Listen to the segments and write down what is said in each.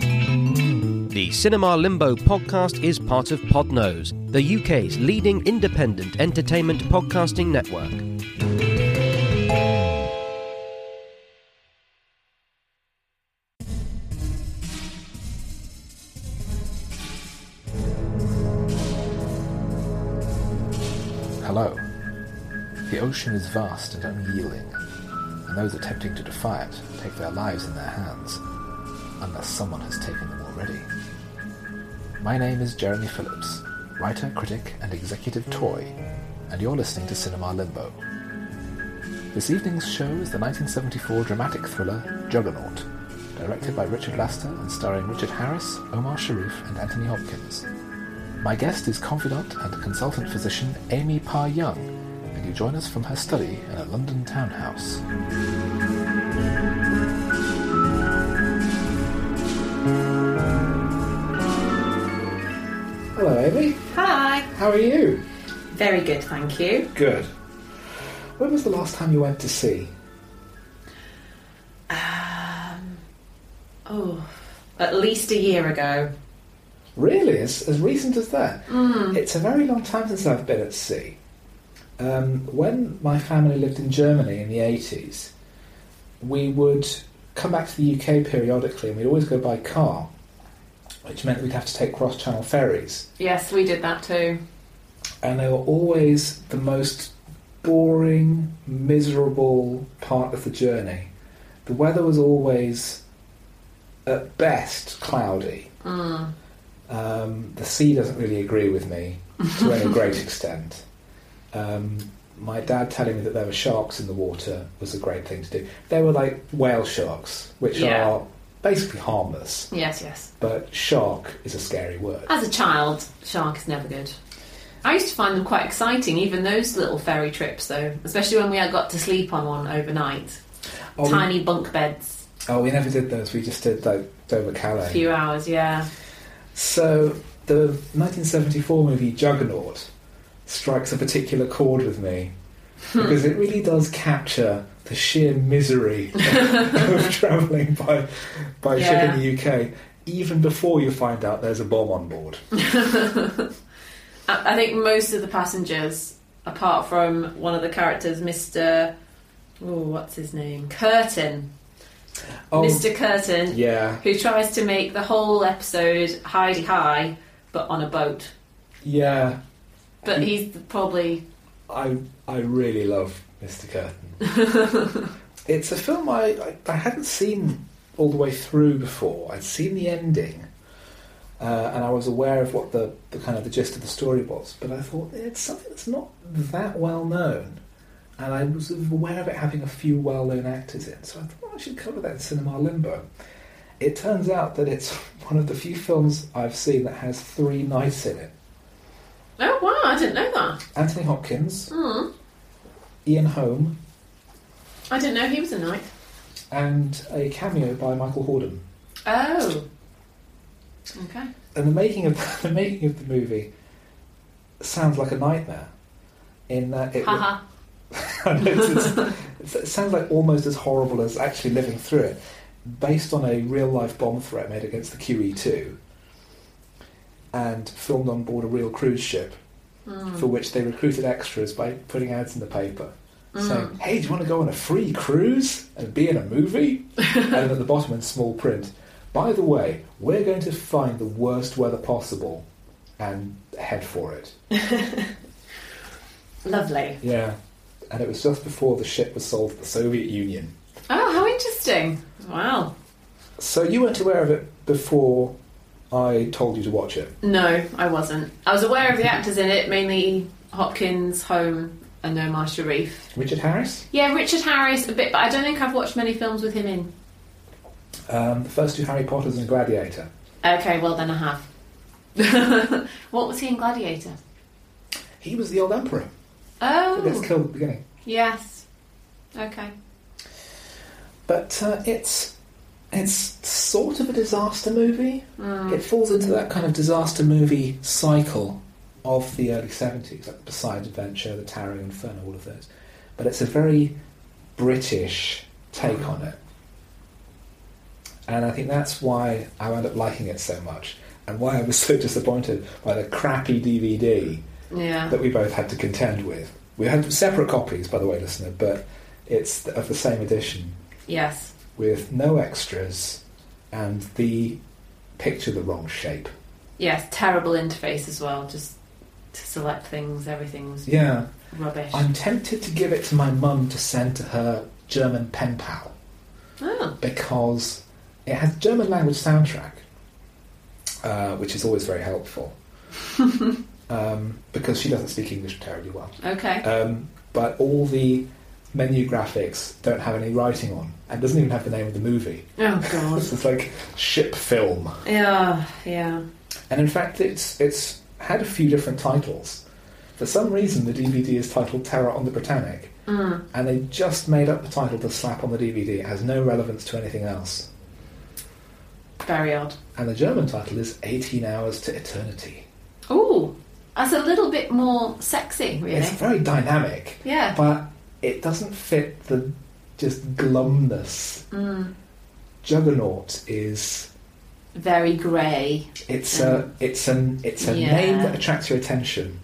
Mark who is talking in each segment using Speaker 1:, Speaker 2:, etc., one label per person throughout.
Speaker 1: The Cinema Limbo podcast is part of Podnose, the UK's leading independent entertainment podcasting network.
Speaker 2: Hello. The ocean is vast and unyielding, and those attempting to defy it take their lives in their hands, unless someone has taken them already. My name is Jeremy Phillips, writer, critic, and executive toy, and you're listening to Cinema Limbo. This evening's show is the 1974 dramatic thriller Juggernaut, directed by Richard Laster and starring Richard Harris, Omar Sharif, and Anthony Hopkins. My guest is confidant and consultant physician Amy Parr Young, and you join us from her study in a London townhouse. Hello, Amy.
Speaker 3: Hi.
Speaker 2: How are you?
Speaker 3: Very good, thank you.
Speaker 2: Good. When was the last time you went to sea?
Speaker 3: Oh, at least a year ago.
Speaker 2: Really, as, as recent as that? It's a very long time since I've been at sea. Um, when my family lived in Germany in the 80s, we would come back to the UK periodically and we'd always go by car, which meant we'd have to take cross channel ferries.
Speaker 3: Yes, we did that too.
Speaker 2: And they were always the most boring, miserable part of the journey. The weather was always, at best, cloudy.
Speaker 3: Mm.
Speaker 2: Um, the sea doesn't really agree with me to any great extent. Um, my dad telling me that there were sharks in the water was a great thing to do. They were like whale sharks, which
Speaker 3: Yeah.
Speaker 2: are basically harmless,
Speaker 3: Yes, yes.
Speaker 2: but shark is a scary word.
Speaker 3: As a child, shark is never good. I used to find them quite exciting, even those little ferry trips, though, especially when we had got to sleep on one overnight.
Speaker 2: Oh, we-
Speaker 3: Tiny bunk beds,
Speaker 2: oh, we never did those. We just did like Dover
Speaker 3: a
Speaker 2: Calais.
Speaker 3: few hours, yeah.
Speaker 2: So the 1974 movie Juggernaut strikes a particular chord with me because it really does capture the sheer misery of, travelling by by ship
Speaker 3: Yeah.
Speaker 2: in the UK, even before you find out there's a bomb on board.
Speaker 3: I I think most of the passengers, apart from one of the characters, Mr. Oh, what's his name? Curtin.
Speaker 2: Oh,
Speaker 3: Mr. Curtin
Speaker 2: yeah,
Speaker 3: who tries to make the whole episode Heidi High, but on a boat.
Speaker 2: yeah.
Speaker 3: But he's probably
Speaker 2: I I really love Mr. Curtin. it's a film I, I I hadn't seen all the way through before. I'd seen the ending, uh, and I was aware of what the, the kind of the gist of the story was. But I thought it's something that's not that well known, and I was aware of it having a few well known actors in. So I thought I should cover that in cinema limbo. It turns out that it's one of the few films I've seen that has three nights in it.
Speaker 3: oh wow, I didn't know that.
Speaker 2: Anthony Hopkins,
Speaker 3: Mm.
Speaker 2: Ian Holm,
Speaker 3: I didn't know he was a knight.
Speaker 2: and a cameo by Michael Horden.
Speaker 3: Oh, okay.
Speaker 2: And the making of the making of the movie sounds like a nightmare. In that it,
Speaker 3: Haha.
Speaker 2: it's- it's- it sounds like almost as horrible as actually living through it, based on a real life bomb threat made against the QE2, and filmed on board a real cruise ship, for which they recruited extras by putting ads in the paper. Saying, hey, do you want to go on a free cruise and be in a movie? and at the bottom in small print, by the way, we're going to find the worst weather possible and head for it.
Speaker 3: Lovely.
Speaker 2: Yeah. And it was just before the ship was sold to the Soviet Union.
Speaker 3: Oh, how interesting. Wow.
Speaker 2: So you weren't aware of it before I told you to watch it.
Speaker 3: No, I wasn't. I was aware of the actors in it, mainly Hopkins, Home, and Omar Sharif.
Speaker 2: Richard Harris?
Speaker 3: Yeah, Richard Harris a bit, but I don't think I've watched many films with him in.
Speaker 2: Um, the first two Harry Potters and Gladiator.
Speaker 3: Okay, well then I have. what was he in Gladiator?
Speaker 2: He was the old emperor
Speaker 3: Oh,
Speaker 2: that gets killed at the beginning.
Speaker 3: yes. Okay.
Speaker 2: But uh, it's it's sort of a disaster movie. It falls into that kind of disaster movie cycle of the early 70s, like the Poseidon Adventure, the Towering Inferno, all of those. But it's a very British take on it. And I think that's why I wound up liking it so much, and why I was so disappointed by the crappy DVD
Speaker 3: Yeah.
Speaker 2: that we both had to contend with. We had separate copies, by the way, listener, but it's of the same edition
Speaker 3: Yes.
Speaker 2: with no extras and the picture the wrong shape.
Speaker 3: Yes. Terrible interface as well. Just to select things, everything was
Speaker 2: Yeah,
Speaker 3: rubbish.
Speaker 2: I'm tempted to give it to my mum to send to her German pen pal
Speaker 3: Oh.
Speaker 2: because it has German language soundtrack, uh, which is always very helpful um, because she doesn't speak English terribly well.
Speaker 3: Okay.
Speaker 2: Um, but all the menu graphics don't have any writing on and doesn't even have the name of the movie.
Speaker 3: Oh god.
Speaker 2: It's like ship film.
Speaker 3: Yeah. Yeah.
Speaker 2: And in fact, it's it's had a few different titles. For some reason, the DVD is titled Terror on the Britannic,
Speaker 3: Mm.
Speaker 2: and they just made up the title to slap on the DVD. It has no relevance to anything else.
Speaker 3: Very odd.
Speaker 2: And the German title is 18 Hours to Eternity.
Speaker 3: Ooh. That's a little bit more sexy, really.
Speaker 2: It's very dynamic,
Speaker 3: Yeah.
Speaker 2: but it doesn't fit the just glumness.
Speaker 3: Mm.
Speaker 2: Juggernaut is
Speaker 3: Very grey.
Speaker 2: it's a it's an it's a
Speaker 3: Um, Yeah.
Speaker 2: name that attracts your attention,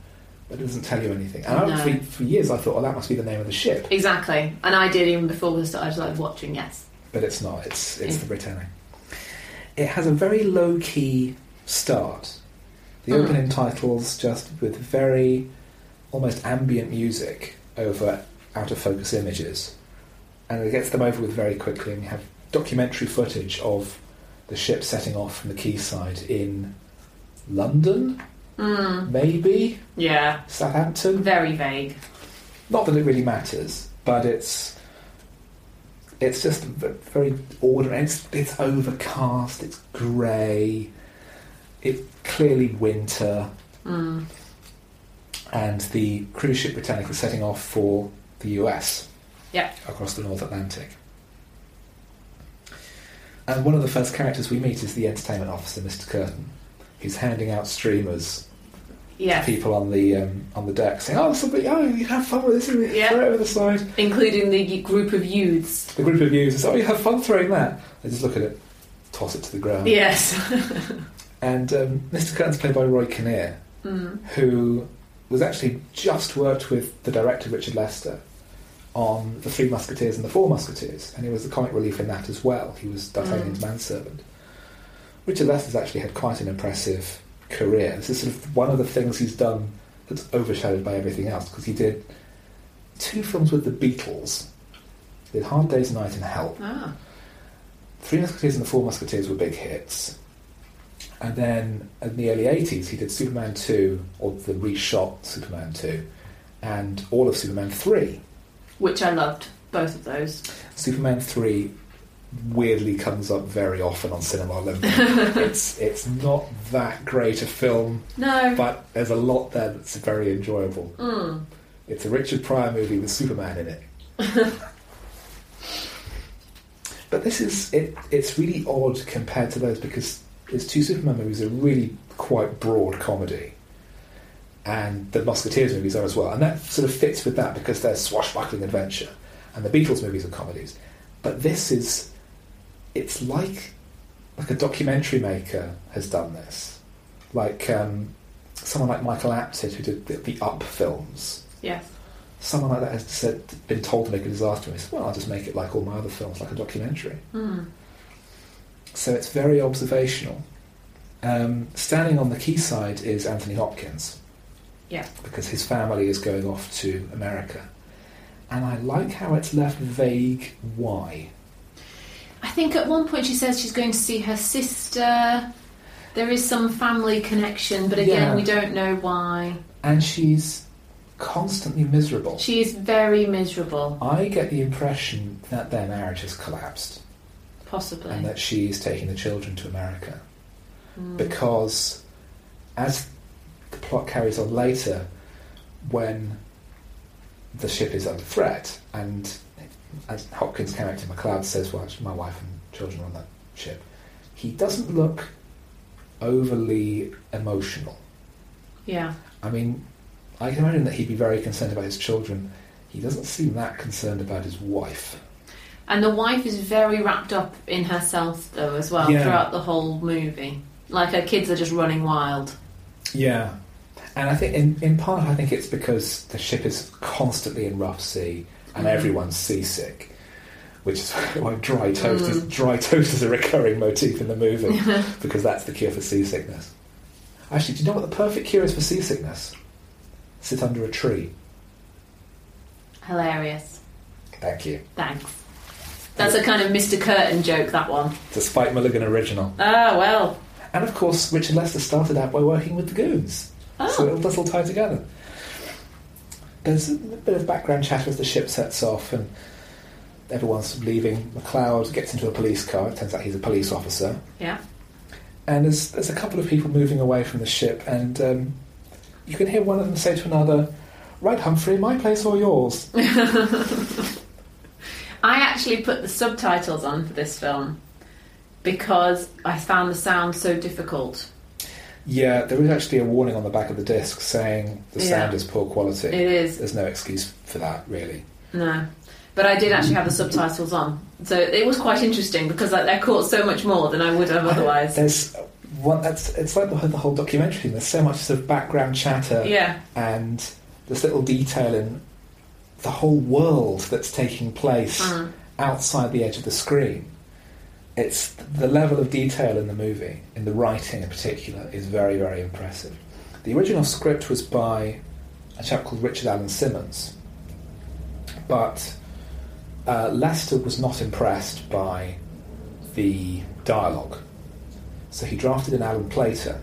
Speaker 2: but it doesn't tell you anything. And I,
Speaker 3: No.
Speaker 2: for, for years, I thought, well, that must be the name of the ship.
Speaker 3: Exactly. And I did even before we started like watching, yes.
Speaker 2: but it's not. It's it's
Speaker 3: Yeah.
Speaker 2: the Britannic. It has a very low key start. The
Speaker 3: Mm.
Speaker 2: opening titles just with very almost ambient music over out of focus images, and it gets them over with very quickly. And you have documentary footage of the ship setting off from the quayside in London,
Speaker 3: Mm.
Speaker 2: maybe
Speaker 3: Yeah.
Speaker 2: Southampton.
Speaker 3: Very vague.
Speaker 2: Not that it really matters, but it's it's just v- very ordinary. It's, it's overcast. It's grey. It's clearly winter,
Speaker 3: Mm.
Speaker 2: and the cruise ship Britannic is setting off for the US.
Speaker 3: Yeah.
Speaker 2: Across the North Atlantic. And one of the first characters we meet is the entertainment officer, Mr. Curtin, who's handing out streamers
Speaker 3: Yes.
Speaker 2: people on the um, on the deck saying, "Oh, somebody, oh, you have fun with this, throw
Speaker 3: Yeah.
Speaker 2: it over the side."
Speaker 3: Including the y- group of youths.
Speaker 2: The group of users, "Oh, you have fun throwing that." They just look at it, toss it to the ground.
Speaker 3: Yes.
Speaker 2: And um, Mr. Curtin's played by Roy Kinnear,
Speaker 3: mm.
Speaker 2: who was actually just worked with the director Richard Lester on the Three Musketeers and the Four Musketeers, and he was the comic relief in that as well. He was D'Artagnan's
Speaker 3: Mm.
Speaker 2: manservant. Richard Lester's actually had quite an impressive career. This is sort of one of the things he's done that's overshadowed by everything else because he did two films with the Beatles. He did Hard Day's Night and Help.
Speaker 3: Ah.
Speaker 2: Three Musketeers and the Four Musketeers were big hits. And then in the early 80s, he did Superman 2, or the reshot Superman 2, and all of Superman 3.
Speaker 3: Which I loved, both of those.
Speaker 2: Superman 3 weirdly comes up very often on Cinema Libre. it's, it's not that great a film,
Speaker 3: No.
Speaker 2: but there's a lot there that's very enjoyable.
Speaker 3: Mm.
Speaker 2: It's a Richard Pryor movie with Superman in it. but this is it, it's really odd compared to those because his two Superman movies are really quite broad comedy. And the Musketeers movies are as well. And that sort of fits with that because they're swashbuckling adventure. And the Beatles movies are comedies. But this is it's like like a documentary maker has done this. Like um, someone like Michael Apted who did the, the Up films
Speaker 3: Yes.
Speaker 2: someone like that has said, been told to make a disaster movie. Well, I'll just make it like all my other films, like a documentary.
Speaker 3: Mm.
Speaker 2: So it's very observational. Um, standing on the quayside is Anthony Hopkins.
Speaker 3: Yeah.
Speaker 2: Because his family is going off to America. And I like how it's left vague why.
Speaker 3: I think at one point she says she's going to see her sister. There is some family connection, but again,
Speaker 2: Yeah.
Speaker 3: we don't know why.
Speaker 2: And she's constantly miserable.
Speaker 3: She is very miserable,
Speaker 2: I get the impression that their marriage has collapsed
Speaker 3: possibly.
Speaker 2: and that she is taking the children to America.
Speaker 3: Mm.
Speaker 2: because as the plot carries on later, when the ship is under threat, and as Hopkins' character McLeod says, "Well, it's my wife and children are on that ship," he doesn't look overly emotional.
Speaker 3: Yeah.
Speaker 2: I mean, I can imagine that he'd be very concerned about his children. He doesn't seem that concerned about his wife.
Speaker 3: And the wife is very wrapped up in herself, though, as well,
Speaker 2: Yeah.
Speaker 3: throughout the whole movie. Like her kids are just running wild.
Speaker 2: Yeah. And I think, in, in part, I think it's because the ship is constantly in rough sea and everyone's seasick, which is why dry toast is dry toast is a recurring motif in the movie because that's the cure for seasickness. Actually, do you know what the perfect cure is for seasickness? Sit under a tree.
Speaker 3: Hilarious.
Speaker 2: Thank you.
Speaker 3: Thanks. That's a kind of Mr. Curtain joke, that one.
Speaker 2: It's a Spike Milligan original.
Speaker 3: Oh, well.
Speaker 2: And of course, Richard Lester started out by working with the Goons.
Speaker 3: Oh.
Speaker 2: So it does all tie together. There's a bit of background chatter as the ship sets off and everyone's leaving. McLeod gets into a police car. It turns out he's a police officer.
Speaker 3: Yeah.
Speaker 2: And there's, there's a couple of people moving away from the ship, and um, you can hear one of them say to another, Right, Humphrey, my place or yours?
Speaker 3: I actually put the subtitles on for this film because I found the sound so difficult.
Speaker 2: yeah, there is actually a warning on the back of the disc saying the
Speaker 3: Yeah.
Speaker 2: sound is poor quality.
Speaker 3: It is.
Speaker 2: There's no excuse for that, really.
Speaker 3: No. But I did actually have the subtitles on. So it was quite interesting because I, I caught so much more than I would have otherwise.
Speaker 2: There's one that's it's like the, the whole documentary. thing. There's so much sort of background chatter
Speaker 3: Yeah.
Speaker 2: and this little detail in the whole world that's taking place
Speaker 3: Mm.
Speaker 2: outside the edge of the screen. It's the level of detail in the movie, in the writing in particular, is very very impressive. The original script was by a chap called Richard Allen Simmons, but uh, Lester was not impressed by the dialogue. So he drafted an Alan Plater,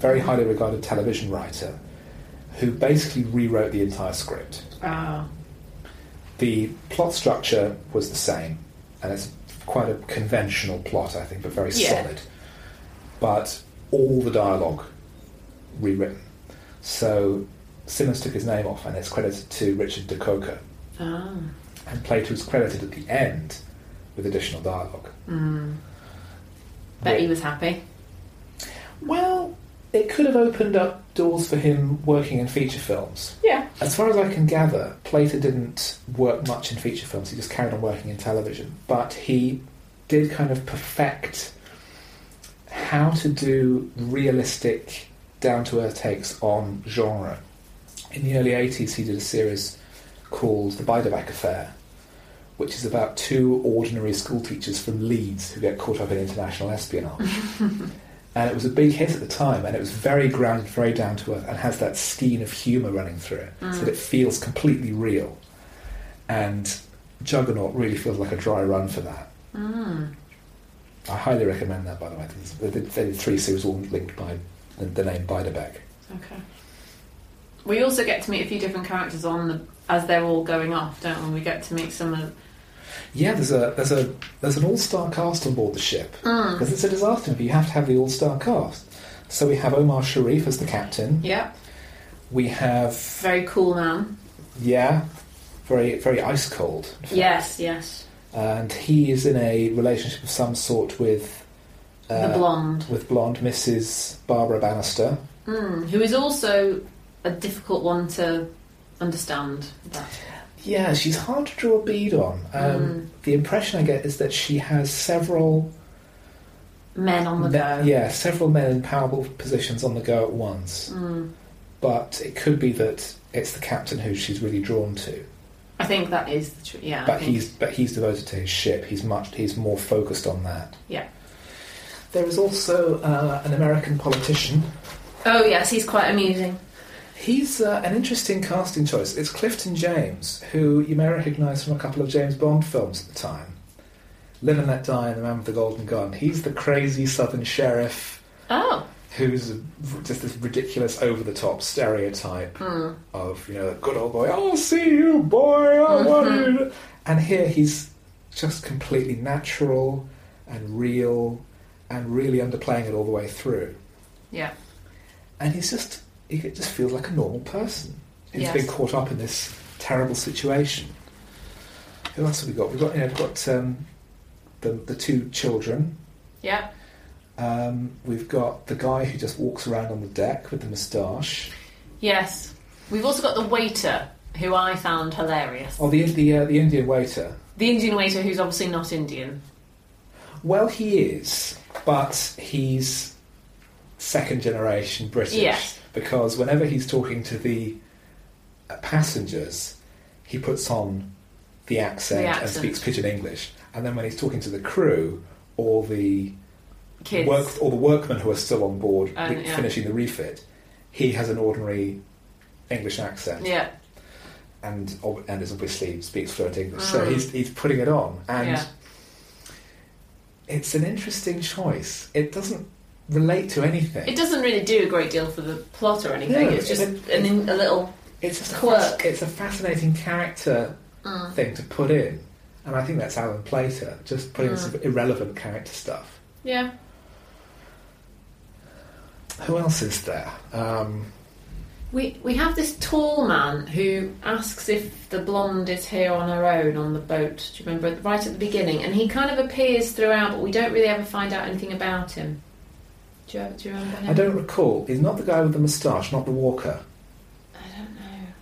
Speaker 2: very highly regarded television writer, who basically rewrote the entire script.
Speaker 3: Oh.
Speaker 2: The plot structure was the same, and it's quite a conventional plot, I think, but very
Speaker 3: Yeah.
Speaker 2: solid. But all the dialogue rewritten. So Simmons took his name off, and it's credited to Richard DeCoca.
Speaker 3: Oh.
Speaker 2: And Plato's credited at the end with additional dialogue.
Speaker 3: Hmm. Bet
Speaker 2: Yeah.
Speaker 3: he was happy.
Speaker 2: Well, it could have opened up doors for him working in feature films.
Speaker 3: Yeah.
Speaker 2: As far as I can gather, Plater didn't work much in feature films. He just carried on working in television, but he did kind of perfect how to do realistic, down-to-earth takes on genre. In the early '80s, he did a series called The Beiderbecke Affair, which is about two ordinary school teachers from Leeds who get caught up in international espionage. and it was a big hit at the time, and it was very grounded, very down to earth, and has that skein of humour running through it,
Speaker 3: Hmm.
Speaker 2: so
Speaker 3: Ah,
Speaker 2: that it feels completely real. And Juggernaut really feels like a dry run for that.
Speaker 3: Hmm.
Speaker 2: I highly recommend that, by the way. They did, they did three series, all linked by the, the name Beiderbecke.
Speaker 3: Okay. We also get to meet a few different characters on the as they're all going off, don't we? We get to meet some of
Speaker 2: Yeah, there's a there's a there's an all-star cast on board the ship
Speaker 3: Ah.
Speaker 2: because it's a disaster movie. You have to have the all-star cast. So we have Omar Sharif as the captain.
Speaker 3: Yeah.
Speaker 2: We have
Speaker 3: Very cool man.
Speaker 2: yeah, very very ice cold.
Speaker 3: Yes, yes.
Speaker 2: And he is in a relationship of some sort with uh,
Speaker 3: the blonde.
Speaker 2: with blonde Mrs. Barbara Bannister.
Speaker 3: Mm, who is also a difficult one to understand.
Speaker 2: Yeah, she's hard to draw a bead on. Um,
Speaker 3: Mm.
Speaker 2: The impression I get is that she has several
Speaker 3: Hmm. Men on the
Speaker 2: Me-
Speaker 3: go.
Speaker 2: Yeah, several men in powerful positions on the go at once.
Speaker 3: Hmm.
Speaker 2: But it could be that it's the captain who she's really drawn to.
Speaker 3: I think that is the truth. Yeah. I
Speaker 2: But
Speaker 3: think-
Speaker 2: he's but he's devoted to his ship. He's much he's more focused on that.
Speaker 3: Yeah.
Speaker 2: There is also uh, an American politician.
Speaker 3: Oh yes, he's quite amusing.
Speaker 2: He's uh, an interesting casting choice. It's Clifton James, who you may recognise from a couple of James Bond films at the time. Live and Let Die and The Man with the Golden Gun. He's the crazy southern sheriff
Speaker 3: Oh.
Speaker 2: who's just this ridiculous over the top stereotype
Speaker 3: Hmm.
Speaker 2: of you know good old boy I'll see you boy I want you and here he's just completely natural and real and really underplaying it all the way through
Speaker 3: Yeah.
Speaker 2: and he's just he just feels like a normal person who's
Speaker 3: Yes.
Speaker 2: been caught up in this terrible situation who else have we got we've got you know we've got um, the, the two children
Speaker 3: Yeah.
Speaker 2: um, we've got the guy who just walks around on the deck with the moustache.
Speaker 3: Yes. We've also got the waiter, who I found hilarious.
Speaker 2: Oh, the the uh, the Indian waiter.
Speaker 3: The Indian waiter who's obviously not Indian.
Speaker 2: Well, he is, but he's second generation British.
Speaker 3: Yes.
Speaker 2: Because whenever he's talking to the uh, passengers, he puts on the accent,
Speaker 3: The
Speaker 2: and
Speaker 3: accent.
Speaker 2: speaks pidgin English. And then when he's talking to the crew or the
Speaker 3: Kids.
Speaker 2: work or the workmen who are still on board
Speaker 3: Um,
Speaker 2: re-
Speaker 3: yeah.
Speaker 2: finishing the refit, he has an ordinary English accent
Speaker 3: Yeah.
Speaker 2: and ob- and is obviously speaks fluent English. So
Speaker 3: Mm.
Speaker 2: he's he's putting it on, and
Speaker 3: Yeah.
Speaker 2: it's an interesting choice. It doesn't relate to anything.
Speaker 3: It doesn't really do a great deal for the plot or anything.
Speaker 2: No,
Speaker 3: it's just
Speaker 2: it-
Speaker 3: an, in- a little.
Speaker 2: it's just a
Speaker 3: quirk.
Speaker 2: fas- it's a fascinating character
Speaker 3: Mm.
Speaker 2: thing to put in, and I think that's Alan Plater just putting in
Speaker 3: Mm.
Speaker 2: some irrelevant character stuff.
Speaker 3: Yeah.
Speaker 2: Who else is there? Um,
Speaker 3: We we have this tall man who asks if the blonde is here on her own on the boat. Do you remember right at the beginning? And he kind of appears throughout, but we don't really ever find out anything about him. Do you, do you remember him?
Speaker 2: I don't recall. He's not the guy with the moustache, not the walker.
Speaker 3: I don't know.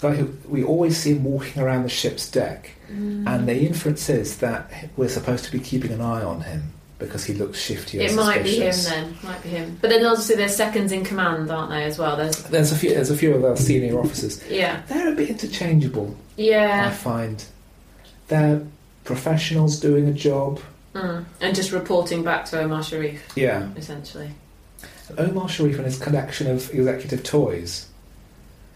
Speaker 2: The guy who we always see him walking around the ship's deck.
Speaker 3: Mm.
Speaker 2: And the inference is that we're supposed to be keeping an eye on him because he looks shifty or
Speaker 3: it might be him
Speaker 2: suspicious.
Speaker 3: then. Might be him. But then obviously there's seconds in command, aren't they? As well. There's
Speaker 2: There's a few. There's a few of our senior officers.
Speaker 3: yeah,
Speaker 2: They're a bit interchangeable. I
Speaker 3: yeah,
Speaker 2: find they're professionals doing a job.
Speaker 3: mm. and just reporting back to Omar Sharif
Speaker 2: Yeah.
Speaker 3: essentially.
Speaker 2: Omar Sharif and his collection of executive toys.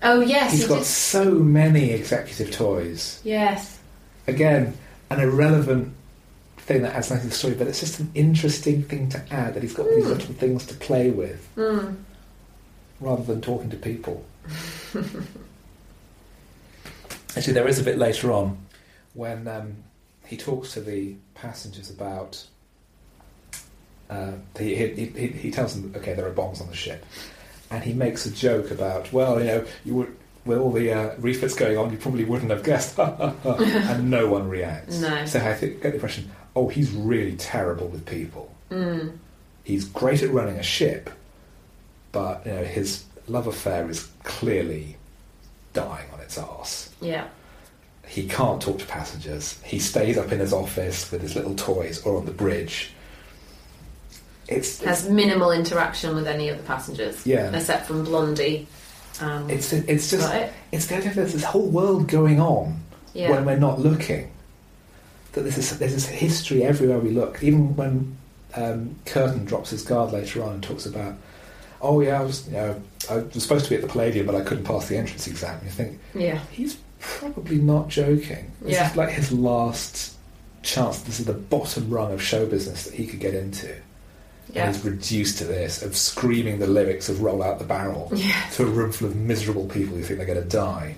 Speaker 3: Oh yes,
Speaker 2: He's
Speaker 3: he
Speaker 2: got
Speaker 3: did-
Speaker 2: so many executive toys.
Speaker 3: Yes.
Speaker 2: Again, an irrelevant thing that adds nothing to the story, but it's just an interesting thing to add that he's got these
Speaker 3: Mm.
Speaker 2: little things to play with
Speaker 3: Mm.
Speaker 2: rather than talking to people. Actually, there is a bit later on when um, he talks to the passengers about. Uh, he, he, he, he tells them, okay, there are bombs on the ship. And he makes a joke about, well, you know, you would, with all the uh, refits going on, you probably wouldn't have guessed. and no one reacts.
Speaker 3: No.
Speaker 2: So I think, get the impression, oh, he's really terrible with people.
Speaker 3: Mm.
Speaker 2: He's great at running a ship, but you know his love affair is clearly dying on its arse.
Speaker 3: Yeah.
Speaker 2: He can't talk to passengers. He stays up in his office with his little toys or on the bridge. It's, it's
Speaker 3: Has minimal interaction with any of the passengers.
Speaker 2: yeah.
Speaker 3: except from Blondie. Um,
Speaker 2: It's it's just
Speaker 3: right?
Speaker 2: it's the idea that there's this whole world going on
Speaker 3: Yeah.
Speaker 2: when we're not looking. That this is there's this history everywhere we look. Even when um, Curtin drops his guard later on and talks about, oh yeah, I was you know I was supposed to be at the Palladium, but I couldn't pass the entrance exam. You think
Speaker 3: yeah.
Speaker 2: he's probably not joking. This
Speaker 3: Yeah.
Speaker 2: is like his last chance. This is the bottom rung of show business that he could get into.
Speaker 3: Yeah.
Speaker 2: And he's reduced to this of screaming the lyrics of "Roll Out the Barrel"
Speaker 3: Yeah.
Speaker 2: to a room full of miserable people who think they're going to die.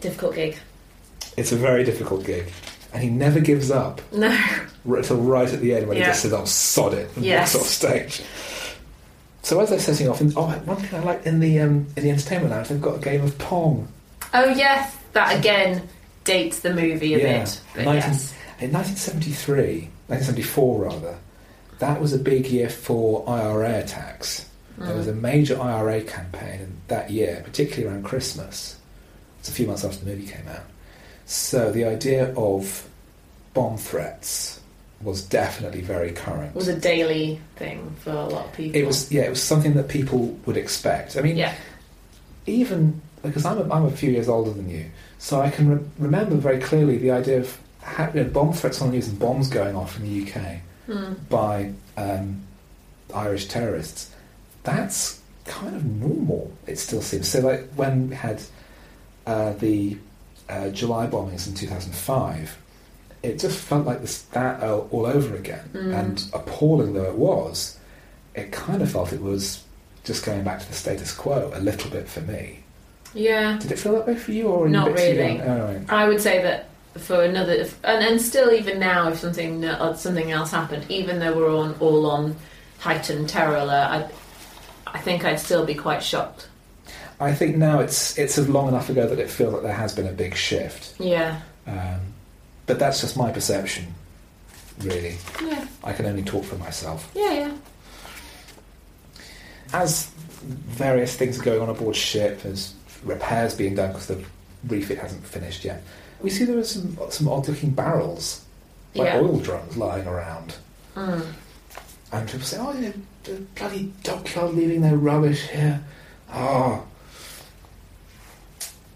Speaker 3: Difficult gig.
Speaker 2: It's a very difficult gig. And he never gives up
Speaker 3: No.
Speaker 2: r- till right at the end when he
Speaker 3: Yeah.
Speaker 2: just says, oh, sod it, and
Speaker 3: Yes.
Speaker 2: walks off stage. So as they're setting off, and, oh, one thing I like in the um, in the entertainment lounge, they've got a game of Pong.
Speaker 3: Oh yes, that again dates the movie a
Speaker 2: Yeah.
Speaker 3: bit. But
Speaker 2: Nineteen-
Speaker 3: yes.
Speaker 2: In 1973, 1974 rather, that was a big year for IRA attacks. There
Speaker 3: Mm.
Speaker 2: was a major IRA campaign in that year, particularly around Christmas. It's a few months after the movie came out. So the idea of bomb threats was definitely very current.
Speaker 3: It was a daily thing for a lot of people.
Speaker 2: it was yeah, it was something that people would expect. I mean,
Speaker 3: Yeah.
Speaker 2: even because I'm a, I'm a few years older than you, so I can re- remember very clearly the idea of ha- you know, bomb threats on the news and bombs going off in the UK
Speaker 3: Mm.
Speaker 2: by um, Irish terrorists, that's kind of normal. It still seems so. Like when we had uh, the uh, July bombings in 2005, it just felt like this that all, all over again.
Speaker 3: Mm.
Speaker 2: And appalling though it was, it kind of felt it was just going back to the status quo a little bit for me.
Speaker 3: Yeah.
Speaker 2: Did it feel that way for you, or were you
Speaker 3: Not
Speaker 2: a bit too
Speaker 3: really.
Speaker 2: young? Oh, right.
Speaker 3: I would say that for another, if, and, and still even now, if something uh, something else happened, even though we're on all on heightened terror alert, I, I think I'd still be quite shocked.
Speaker 2: I think now it's it's long enough ago that it feels like there has been a big shift.
Speaker 3: Yeah.
Speaker 2: Um, but that's just my perception, really.
Speaker 3: Yeah.
Speaker 2: I can only talk for myself.
Speaker 3: Yeah. Yeah.
Speaker 2: As various things are going on aboard ship, as repairs being done because the refit hasn't finished yet. We see there are some some odd looking barrels, like
Speaker 3: yeah.
Speaker 2: oil drums, lying around,
Speaker 3: Mm.
Speaker 2: and people say, "Oh, you know, the bloody dockyard leaving their rubbish here." Oh,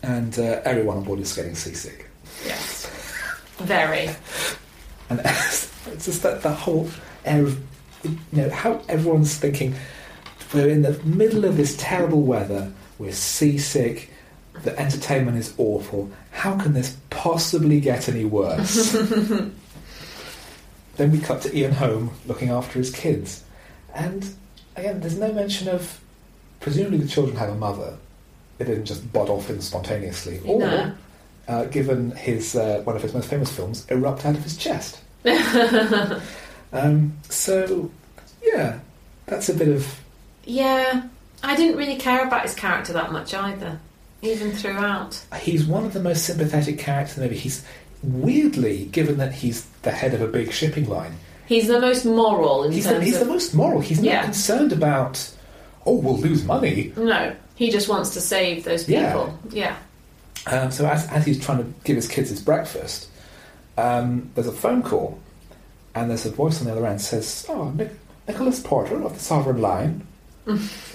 Speaker 2: and uh, everyone on board is getting seasick.
Speaker 3: Yes. Very.
Speaker 2: And it's just that the whole air of, you know, how everyone's thinking, we're in the middle of this terrible weather, we're seasick, the entertainment is awful, how can this possibly get any worse? then we cut to Ian home looking after his kids. And again, there's no mention of, presumably the children have a mother. They didn't just bod off in spontaneously. Or,
Speaker 3: No.
Speaker 2: uh, given his uh, one of his most famous films, erupt out of his chest. Um, so, yeah, that's a bit of.
Speaker 3: yeah. I didn't really care about his character that much either, even throughout.
Speaker 2: He's one of the most sympathetic characters. Maybe he's weirdly, given that he's the head of a big shipping line,
Speaker 3: He's the most moral in
Speaker 2: he's
Speaker 3: terms
Speaker 2: the, he's
Speaker 3: of
Speaker 2: the most moral. He's not
Speaker 3: Yeah.
Speaker 2: concerned about, oh, we'll lose money.
Speaker 3: no. He just wants to save those
Speaker 2: Yeah.
Speaker 3: people. Yeah.
Speaker 2: Um, so as, as he's trying to give his kids his breakfast, um, there's a phone call, and there's a voice on the other end says, "Oh, Nic- Nicholas Porter of the Sovereign Line."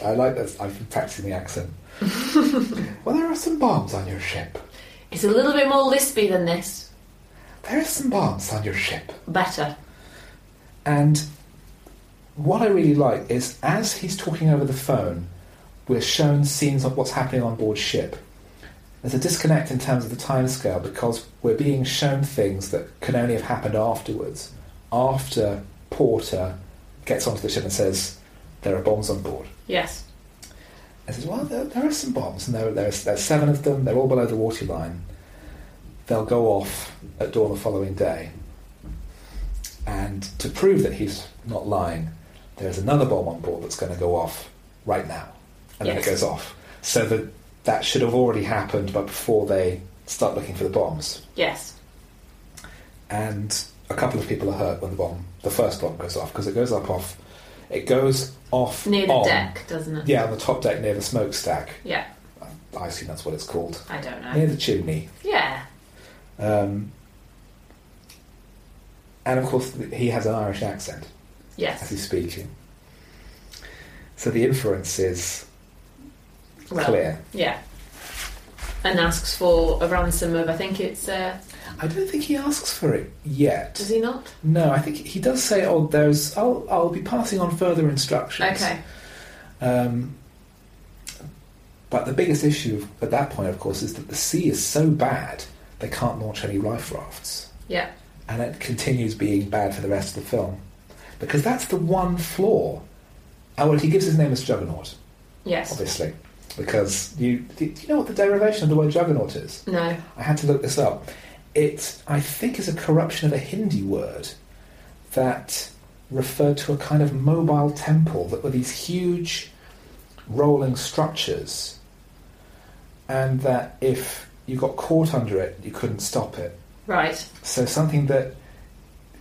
Speaker 2: I like this. I've been practicing the accent. well, there are some bombs on your ship.
Speaker 3: It's a little bit more lispy than this.
Speaker 2: There are some bombs on your ship.
Speaker 3: Better.
Speaker 2: And what I really like is as he's talking over the phone, we're shown scenes of what's happening on board ship. There's a disconnect in terms of the timescale because we're being shown things that can only have happened afterwards. After Porter gets onto the ship and says, There are bombs on board.
Speaker 3: Yes.
Speaker 2: I says, well, there, there are some bombs, and there, there's, there's seven of them. They're all below the water line. They'll go off at dawn the following day. And to prove that he's not lying, there's another bomb on board that's going to go off right now, and then it
Speaker 3: Yes.
Speaker 2: goes off. So that that should have already happened, but before they start looking for the bombs,
Speaker 3: Yes.
Speaker 2: and a couple of people are hurt when the bomb, the first bomb, goes off because it goes up off, it goes off
Speaker 3: Near the
Speaker 2: on-
Speaker 3: deck, doesn't it?
Speaker 2: Yeah, on the top deck near the smokestack.
Speaker 3: Yeah.
Speaker 2: I assume that's what it's called,
Speaker 3: I don't know.
Speaker 2: near the chimney.
Speaker 3: Yeah.
Speaker 2: Um, and of course, th- he has an Irish accent as
Speaker 3: Yes.
Speaker 2: he's speaking. So the inference is
Speaker 3: Well,
Speaker 2: clear.
Speaker 3: Yeah. And asks for a ransom of I think it's uh,
Speaker 2: I don't think he asks for it yet.
Speaker 3: does he not?
Speaker 2: No, I think he does say, "Oh, there's. I'll, I'll be passing on further instructions."
Speaker 3: Okay.
Speaker 2: Um, but the biggest issue at that point, of course, is that the sea is so bad they can't launch any life rafts.
Speaker 3: Yeah.
Speaker 2: And it continues being bad for the rest of the film. Because that's the one flaw. Oh, well, he gives his name as Juggernaut,
Speaker 3: Yes.
Speaker 2: obviously. Because you, do you know what the derivation of the word juggernaut is?
Speaker 3: No.
Speaker 2: I had to look this up. It, I think, is a corruption of a Hindi word that referred to a kind of mobile temple that were these huge rolling structures, and that if you got caught under it, you couldn't stop it.
Speaker 3: Right.
Speaker 2: So something that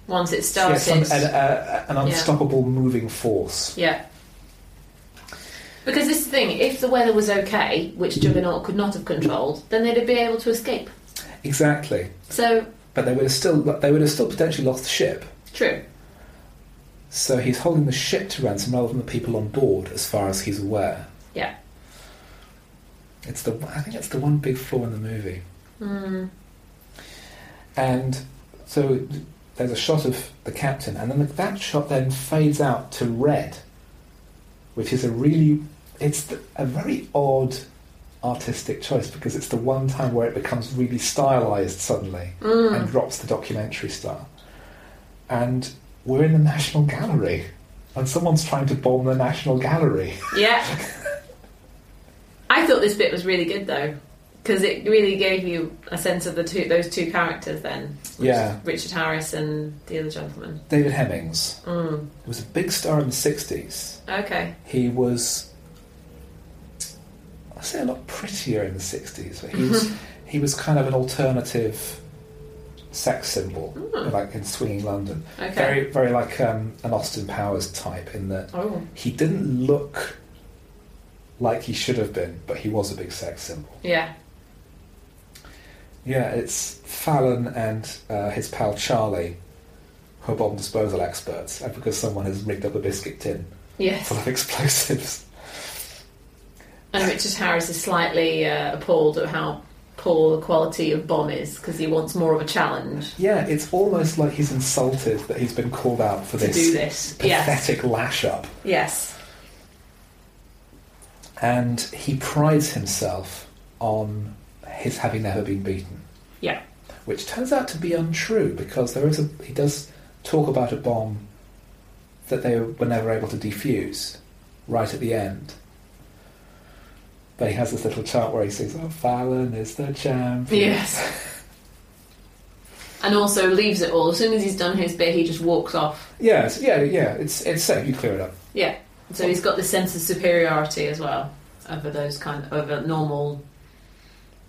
Speaker 3: Once it
Speaker 2: yeah,
Speaker 3: started.
Speaker 2: some, an, uh, an unstoppable moving force.
Speaker 3: Yeah. Because this is the thing, if the weather was okay, which Juggernaut could not have controlled, then they'd be able to escape.
Speaker 2: Exactly,
Speaker 3: So,
Speaker 2: but they would have still they would have still potentially lost the ship.
Speaker 3: true.
Speaker 2: So he's holding the ship to ransom rather than the people on board, as far as he's aware.
Speaker 3: Yeah.
Speaker 2: It's the I think it's the one big flaw in the movie.
Speaker 3: Mm.
Speaker 2: And so there's a shot of the captain, and then that shot then fades out to red, which is a really it's the, a very odd artistic choice because it's the one time where it becomes really stylized suddenly and
Speaker 3: Mm.
Speaker 2: drops the documentary style. And we're in the National Gallery, and someone's trying to bomb the National Gallery.
Speaker 3: Yeah. I thought this bit was really good though, because it really gave you a sense of the two those two characters then. which is
Speaker 2: Yeah.
Speaker 3: Richard Harris and the other gentleman.
Speaker 2: David Hemmings
Speaker 3: Mm.
Speaker 2: was a big star in the 60s.
Speaker 3: Okay.
Speaker 2: He was, I say, a lot prettier in the 60s, but he was, he was kind of an alternative sex symbol,
Speaker 3: Mm.
Speaker 2: like in swinging London.
Speaker 3: Okay.
Speaker 2: Very, very like um, an Austin Powers type in that
Speaker 3: oh.
Speaker 2: he didn't look like he should have been, but he was a big sex symbol.
Speaker 3: Yeah.
Speaker 2: Yeah, it's Fallon and uh, his pal Charlie, who are bomb disposal experts, and because someone has rigged up a biscuit tin
Speaker 3: Yes.
Speaker 2: full of explosives.
Speaker 3: And Richard Harris is slightly uh, appalled at how poor the quality of bomb is because he wants more of a challenge
Speaker 2: Yeah, it's almost like he's insulted that he's been called out for
Speaker 3: to
Speaker 2: this,
Speaker 3: do this. Yes.
Speaker 2: pathetic lash up.
Speaker 3: Yes.
Speaker 2: And he prides himself on his having never been beaten.
Speaker 3: Yeah.
Speaker 2: Which turns out to be untrue because there is a he does talk about a bomb that they were never able to defuse right at the end. But he has this little chart where he sings, "Oh, Fallon is the champion."
Speaker 3: Yes. And also leaves it all. As soon as he's done his bit, he just walks off.
Speaker 2: Yes, yeah, yeah. It's it's safe. You clear it up.
Speaker 3: Yeah. So he's got this sense of superiority as well over those kind over normal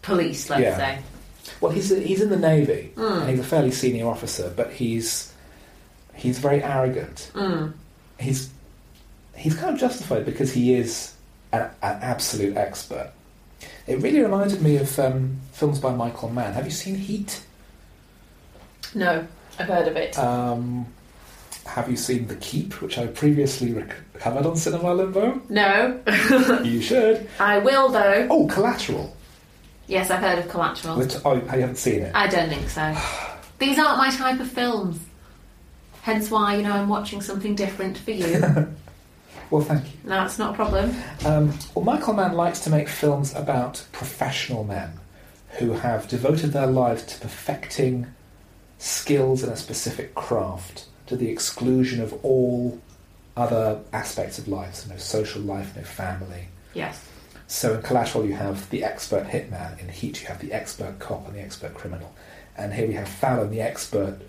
Speaker 3: police, let's
Speaker 2: Yeah.
Speaker 3: say.
Speaker 2: Well, he's he's in the navy and
Speaker 3: Mm.
Speaker 2: he's a fairly senior officer, but he's he's very arrogant.
Speaker 3: Mm.
Speaker 2: he's he's kind of justified because he is a, an absolute expert. It really reminded me of um, films by Michael Mann. Have you seen Heat?
Speaker 3: No, I've heard of it.
Speaker 2: Um, have you seen The Keep, which I previously rec- covered on Cinema Limbo?
Speaker 3: no,
Speaker 2: you should.
Speaker 3: I will though.
Speaker 2: Oh, Collateral.
Speaker 3: Yes, I've heard of Collateral.
Speaker 2: Which, oh, I haven't seen it.
Speaker 3: I don't think so. These aren't my type of films. Hence why, you know, I'm watching something different for you.
Speaker 2: Well, thank you.
Speaker 3: no, it's not a problem.
Speaker 2: Um, well, Michael Mann likes to make films about professional men who have devoted their lives to perfecting skills in a specific craft to the exclusion of all other aspects of life, so no social life, no family.
Speaker 3: Yes.
Speaker 2: So in Collateral, you have the expert hitman. In Heat, you have the expert cop and the expert criminal. And here we have Fallon, the expert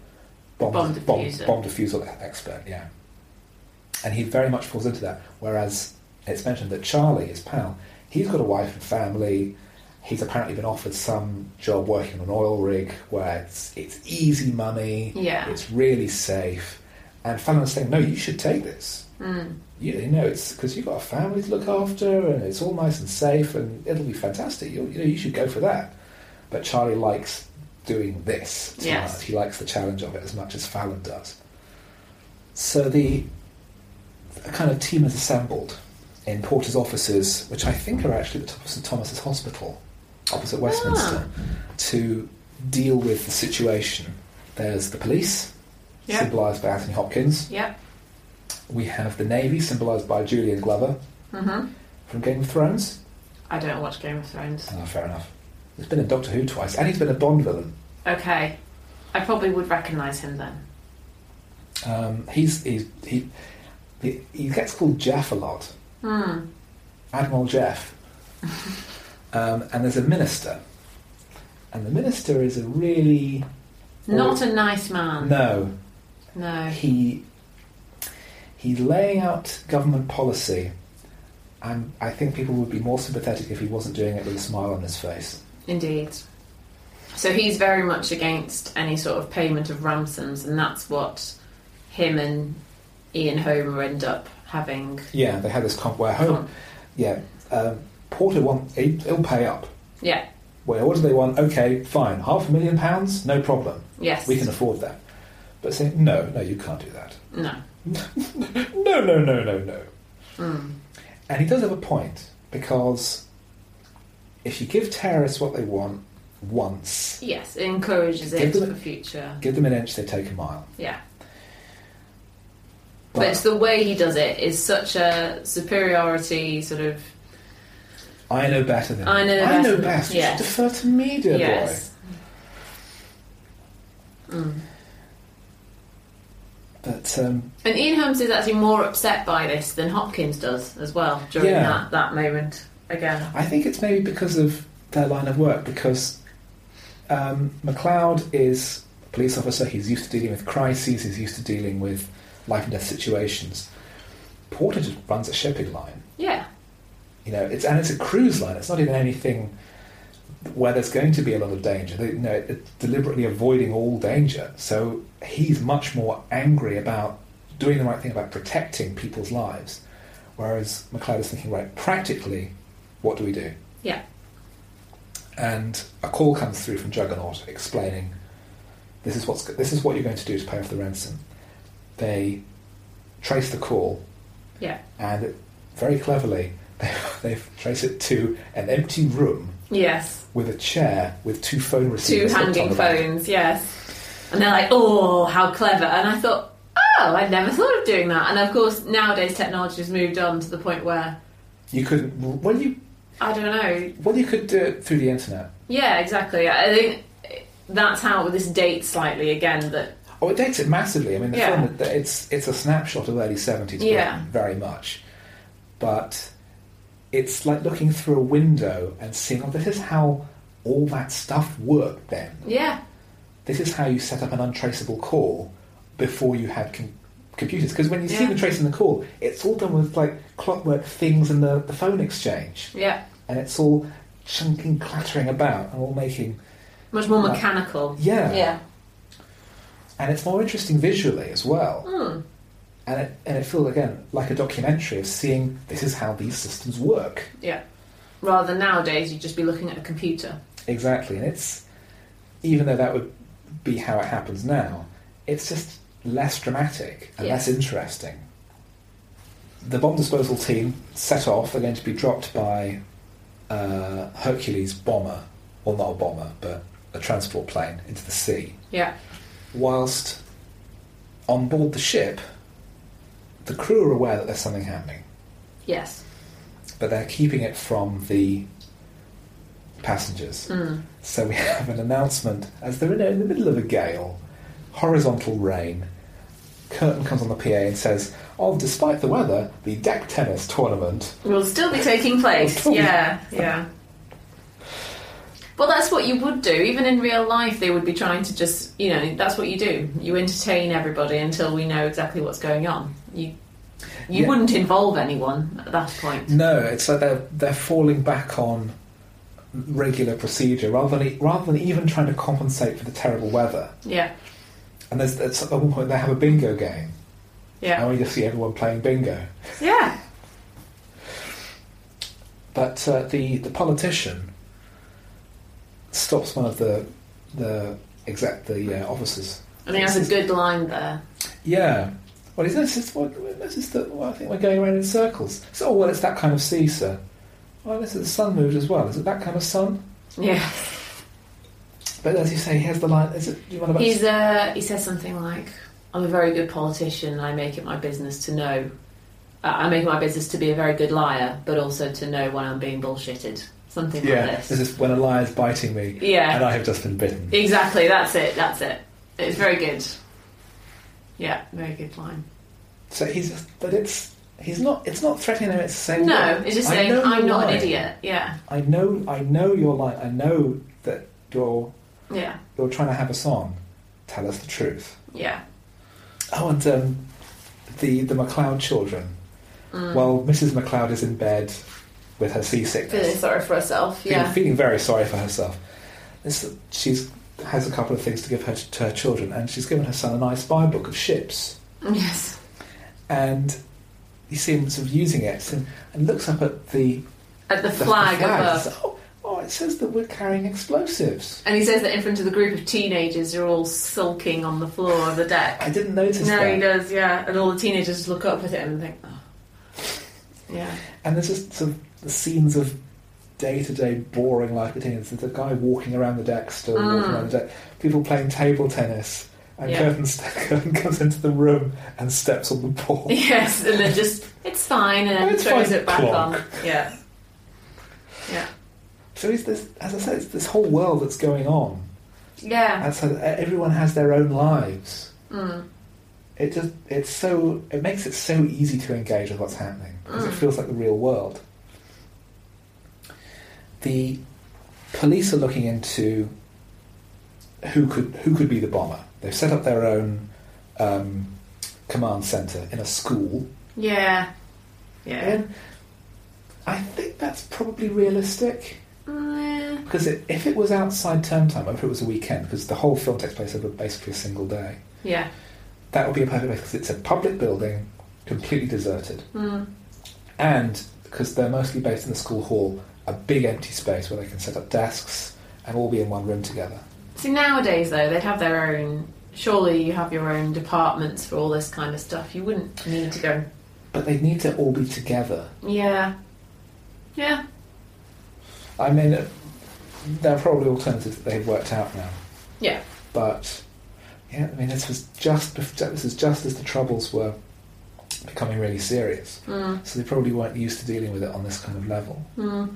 Speaker 2: bomb,
Speaker 3: Bomb
Speaker 2: bomb,
Speaker 3: diffuser.
Speaker 2: bomb defusal expert, yeah. And he very much falls into that. Whereas it's mentioned that Charlie, his pal, he's got a wife and family. He's apparently been offered some job working on an oil rig where it's, it's easy money,
Speaker 3: Yeah.
Speaker 2: it's really safe. And Fallon's saying, no, you should take this
Speaker 3: Mm.
Speaker 2: you, you know, it's because you've got a family to look after and it's all nice and safe and it'll be fantastic. you you know, you should go for that. But Charlie likes doing this too
Speaker 3: Yes.
Speaker 2: much. He likes the challenge of it as much as Fallon does. So the, the kind of team is assembled in Porter's offices, which I think are actually the top of St Thomas's Hospital,
Speaker 3: Ah.
Speaker 2: opposite Westminster, to deal with the situation. There's the police,
Speaker 3: Yeah.
Speaker 2: symbolised by Anthony Hopkins.
Speaker 3: Yep.
Speaker 2: We have the Navy, symbolised by Julian Glover
Speaker 3: hmm
Speaker 2: from Game of Thrones.
Speaker 3: I don't watch Game of Thrones.
Speaker 2: Oh, fair enough. He's been in Doctor Who twice, and he's been a Bond villain.
Speaker 3: Okay. I probably would recognise him then.
Speaker 2: Um, he's, he's, he, he, he gets called Jeff a lot,
Speaker 3: Mm.
Speaker 2: Admiral Jeff. um, and there's a minister. And the minister is a really.
Speaker 3: Not a nice man.
Speaker 2: No,
Speaker 3: No.
Speaker 2: he he's laying out government policy, and I think people would be more sympathetic if he wasn't doing it with a smile on his face.
Speaker 3: Indeed. So he's very much against any sort of payment of ransoms, and that's what him and Ian Homer end up having.
Speaker 2: Yeah, they had this comp where home. Yeah, um, Porter want he- he'll pay up.
Speaker 3: Yeah.
Speaker 2: Well, what do they want? Okay, fine, half a million pounds, no problem.
Speaker 3: Yes.
Speaker 2: We can afford that. But saying no, no, you can't do that.
Speaker 3: No.
Speaker 2: No, no, no, no, no.
Speaker 3: Mm.
Speaker 2: And he does have a point because if you give terrorists what they want once,
Speaker 3: Yes, it encourages
Speaker 2: Give
Speaker 3: it
Speaker 2: them
Speaker 3: for
Speaker 2: a-
Speaker 3: the future.
Speaker 2: give them an inch, they take a mile.
Speaker 3: Yeah. But, it's
Speaker 2: But
Speaker 3: the way he does it is such a superiority sort of
Speaker 2: I know better than
Speaker 3: I know
Speaker 2: you. I
Speaker 3: better
Speaker 2: know
Speaker 3: than-
Speaker 2: best.
Speaker 3: yes.
Speaker 2: You should defer to me, dear boy.
Speaker 3: yes. Mm.
Speaker 2: But um,
Speaker 3: And Ian Holmes is actually more upset by this than Hopkins does as well during
Speaker 2: Yeah.
Speaker 3: that, that moment again.
Speaker 2: I think it's maybe because of their line of work, because um, McLeod is a police officer, he's used to dealing with crises, he's used to dealing with life and death situations. Porter just runs a shipping line,
Speaker 3: Yeah.
Speaker 2: you know, it's, and it's a cruise line, it's not even anything where there's going to be a lot of danger. They, you know, it's deliberately avoiding all danger. So he's much more angry about doing the right thing, about protecting people's lives, whereas McLeod is thinking, right, practically, what do we do?
Speaker 3: Yeah.
Speaker 2: and a call comes through from Juggernaut explaining this is what's this is what you're going to do to pay off the ransom. They trace the call,
Speaker 3: Yeah.
Speaker 2: and very cleverly they they trace it to an empty room
Speaker 3: Yes.
Speaker 2: with a chair with two phone
Speaker 3: Two
Speaker 2: receivers. hooked on
Speaker 3: hanging
Speaker 2: the back.
Speaker 3: phones, yes. And they're like, oh, how clever. And I thought, oh, I'd never thought of doing that. And of course, nowadays technology has moved on to the point where,
Speaker 2: You could well you
Speaker 3: I don't know,
Speaker 2: well you could do it through the internet.
Speaker 3: yeah, exactly. I think that's how this dates slightly again that
Speaker 2: Oh, it dates it massively. I mean, the
Speaker 3: Yeah.
Speaker 2: film it's it's a snapshot of early seventies,
Speaker 3: Yeah.
Speaker 2: very much. But it's like looking through a window and seeing, oh, this is how all that stuff worked then.
Speaker 3: Yeah,
Speaker 2: This is how you set up an untraceable call before you had com- computers. Because when you see
Speaker 3: Yeah.
Speaker 2: them tracing the call, it's all done with like clockwork things in the, the phone exchange,
Speaker 3: yeah.
Speaker 2: and it's all chunking, clattering about, and all making
Speaker 3: Much more
Speaker 2: Like-
Speaker 3: mechanical.
Speaker 2: yeah, and it's more interesting visually as well.
Speaker 3: Hmm.
Speaker 2: and it, and it feels again like a documentary of seeing this is how these systems work
Speaker 3: Yeah. Rather than nowadays, you'd just be looking at a computer.
Speaker 2: exactly and it's even though that would be how it happens now it's just less dramatic and
Speaker 3: Yeah.
Speaker 2: less interesting the bomb disposal team set off they're going to be dropped by uh, hercules bomber or not a bomber but a transport plane into the sea
Speaker 3: Yeah.
Speaker 2: whilst on board the ship the crew are aware that there's something happening
Speaker 3: Yes.
Speaker 2: but they're keeping it from the passengers.
Speaker 3: Mm.
Speaker 2: So we have an announcement as they're in, in the middle of a gale, horizontal rain. Curtain comes on the PA and says, "Oh, despite the weather, the deck tennis tournament."
Speaker 3: Will still be taking place.
Speaker 2: Will still be-
Speaker 3: yeah. Yeah. Well, that's what you would do. Even in real life, they would be trying to just, you know, that's what you do. You entertain everybody until we know exactly what's going on. You,
Speaker 2: Yeah.
Speaker 3: you
Speaker 2: Mm.
Speaker 3: wouldn't involve anyone at that point.
Speaker 2: No, it's like they're they're falling back on regular procedure rather than e, rather than even trying to compensate for the terrible weather.
Speaker 3: Yeah.
Speaker 2: And there's, there's at one point they have a bingo game,
Speaker 3: Yeah.
Speaker 2: and we just see everyone playing bingo.
Speaker 3: Yeah.
Speaker 2: But uh, the the politician stops one of the the exec the uh, officers.
Speaker 3: I think that's a good line there.
Speaker 2: Yeah. Well, he notices. Well, notices that well, I think we're going around in circles. So, oh, well, it's that kind of sea, sir. Well, this is the sun moved as well. Is it that kind of sun?
Speaker 3: Yeah.
Speaker 2: But as you say, he has the line. Is it? Do you want about?
Speaker 3: He's uh, he says something like, "I'm a very good politician. and I make it my business to know. Uh, I make it my business to be a very good liar, but also to know when I'm being bullshitted. Something
Speaker 2: yeah.
Speaker 3: like
Speaker 2: This
Speaker 3: this.
Speaker 2: is when a lion's biting me,
Speaker 3: Yeah,
Speaker 2: and I have just been bitten.
Speaker 3: exactly. That's it. That's it. It's very good. Yeah, very good line.
Speaker 2: So he's just. But it's. He's not. It's not threatening him. It's saying.
Speaker 3: No,
Speaker 2: "Look,
Speaker 3: it's just
Speaker 2: I
Speaker 3: saying
Speaker 2: know
Speaker 3: I'm
Speaker 2: you're
Speaker 3: not an
Speaker 2: lying.
Speaker 3: idiot. Yeah,
Speaker 2: I know. I know you're lying. I know that you're
Speaker 3: yeah,
Speaker 2: you're trying to have us on. Tell us the truth.
Speaker 3: yeah.
Speaker 2: Oh, and um, the the MacLeod children.
Speaker 3: Mm.
Speaker 2: Well, Mrs. MacLeod is in bed with her
Speaker 3: feeling
Speaker 2: seasickness,
Speaker 3: sorry for herself.
Speaker 2: feeling,
Speaker 3: Yeah,
Speaker 2: feeling very sorry for herself. This, she's has a couple of things to give her to her children, and she's given her son a nice spy book of ships,
Speaker 3: yes,
Speaker 2: and he seems sort of using it and, and looks up at the
Speaker 3: at the
Speaker 2: the- the
Speaker 3: flag
Speaker 2: flags.
Speaker 3: above.
Speaker 2: Oh, oh, it says that we're carrying explosives.
Speaker 3: And he says that in front of the group of teenagers who are all sulking on the floor of the deck.
Speaker 2: I didn't notice
Speaker 3: No,
Speaker 2: that.
Speaker 3: he does, yeah. And all the teenagers look up at him and think, oh. Yeah.
Speaker 2: And there's just sort of the scenes of day to day boring life between us. There's a guy walking around the deck, still walking
Speaker 3: Mm.
Speaker 2: around the deck, people playing table tennis, and
Speaker 3: Yeah.
Speaker 2: Curtin, st- Curtin comes into the room and steps on the ball.
Speaker 3: Yes, and then just, it's fine, and then
Speaker 2: It's
Speaker 3: throws
Speaker 2: fine,
Speaker 3: it back
Speaker 2: clonk.
Speaker 3: on. Yeah. Yeah.
Speaker 2: So it's this, as I said, it's this whole world that's going on.
Speaker 3: Yeah.
Speaker 2: And so everyone has their own lives.
Speaker 3: Mm.
Speaker 2: It just, it's so, it makes it so easy to engage with what's happening because it
Speaker 3: Mm.
Speaker 2: feels like the real world. The police are looking into who could who could be the bomber. They've set up their own um, command center in a school.
Speaker 3: Yeah. Yeah.
Speaker 2: And I think that's probably realistic
Speaker 3: Mm, yeah.
Speaker 2: because it, if it was outside term time, or if it was a weekend, because the whole film takes place over basically a single day,
Speaker 3: Yeah.
Speaker 2: that would be a perfect place because it's a public building, completely deserted.
Speaker 3: Mm.
Speaker 2: and because they're mostly based in the school hall, a big empty space where they can set up desks and all be in one room together.
Speaker 3: See, nowadays though, they'd have their own. Surely you have your own departments for all this kind of stuff. You wouldn't need to go.
Speaker 2: But they need to all be together.
Speaker 3: Yeah. Yeah.
Speaker 2: I mean, uh, there are probably alternatives that they've worked out now.
Speaker 3: Yeah.
Speaker 2: But yeah, I mean, this was just bef- this was just as the troubles were becoming really serious.
Speaker 3: Mm.
Speaker 2: So they probably weren't used to dealing with it on this kind of level.
Speaker 3: Mm.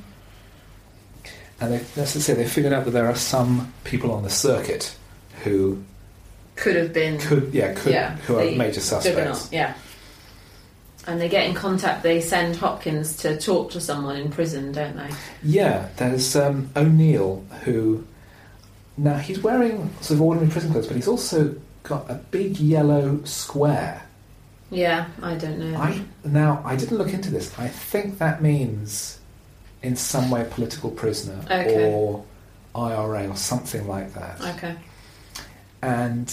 Speaker 2: And they, that's to say, they figured out that there are some people on the circuit who
Speaker 3: Could have been.
Speaker 2: could, yeah, could
Speaker 3: Yeah,
Speaker 2: who are
Speaker 3: they-
Speaker 2: major
Speaker 3: Juggernaut,
Speaker 2: suspects.
Speaker 3: yeah. And they get in contact. They send Hopkins to torture someone in prison, don't they?
Speaker 2: Yeah, there's um, O'Neill who now he's wearing sort of ordinary prison clothes, but he's also got a big yellow square.
Speaker 3: Yeah, I don't know.
Speaker 2: I now I didn't look into this. I think that means in some way political prisoner
Speaker 3: Okay.
Speaker 2: or IRA or something like that.
Speaker 3: Okay.
Speaker 2: And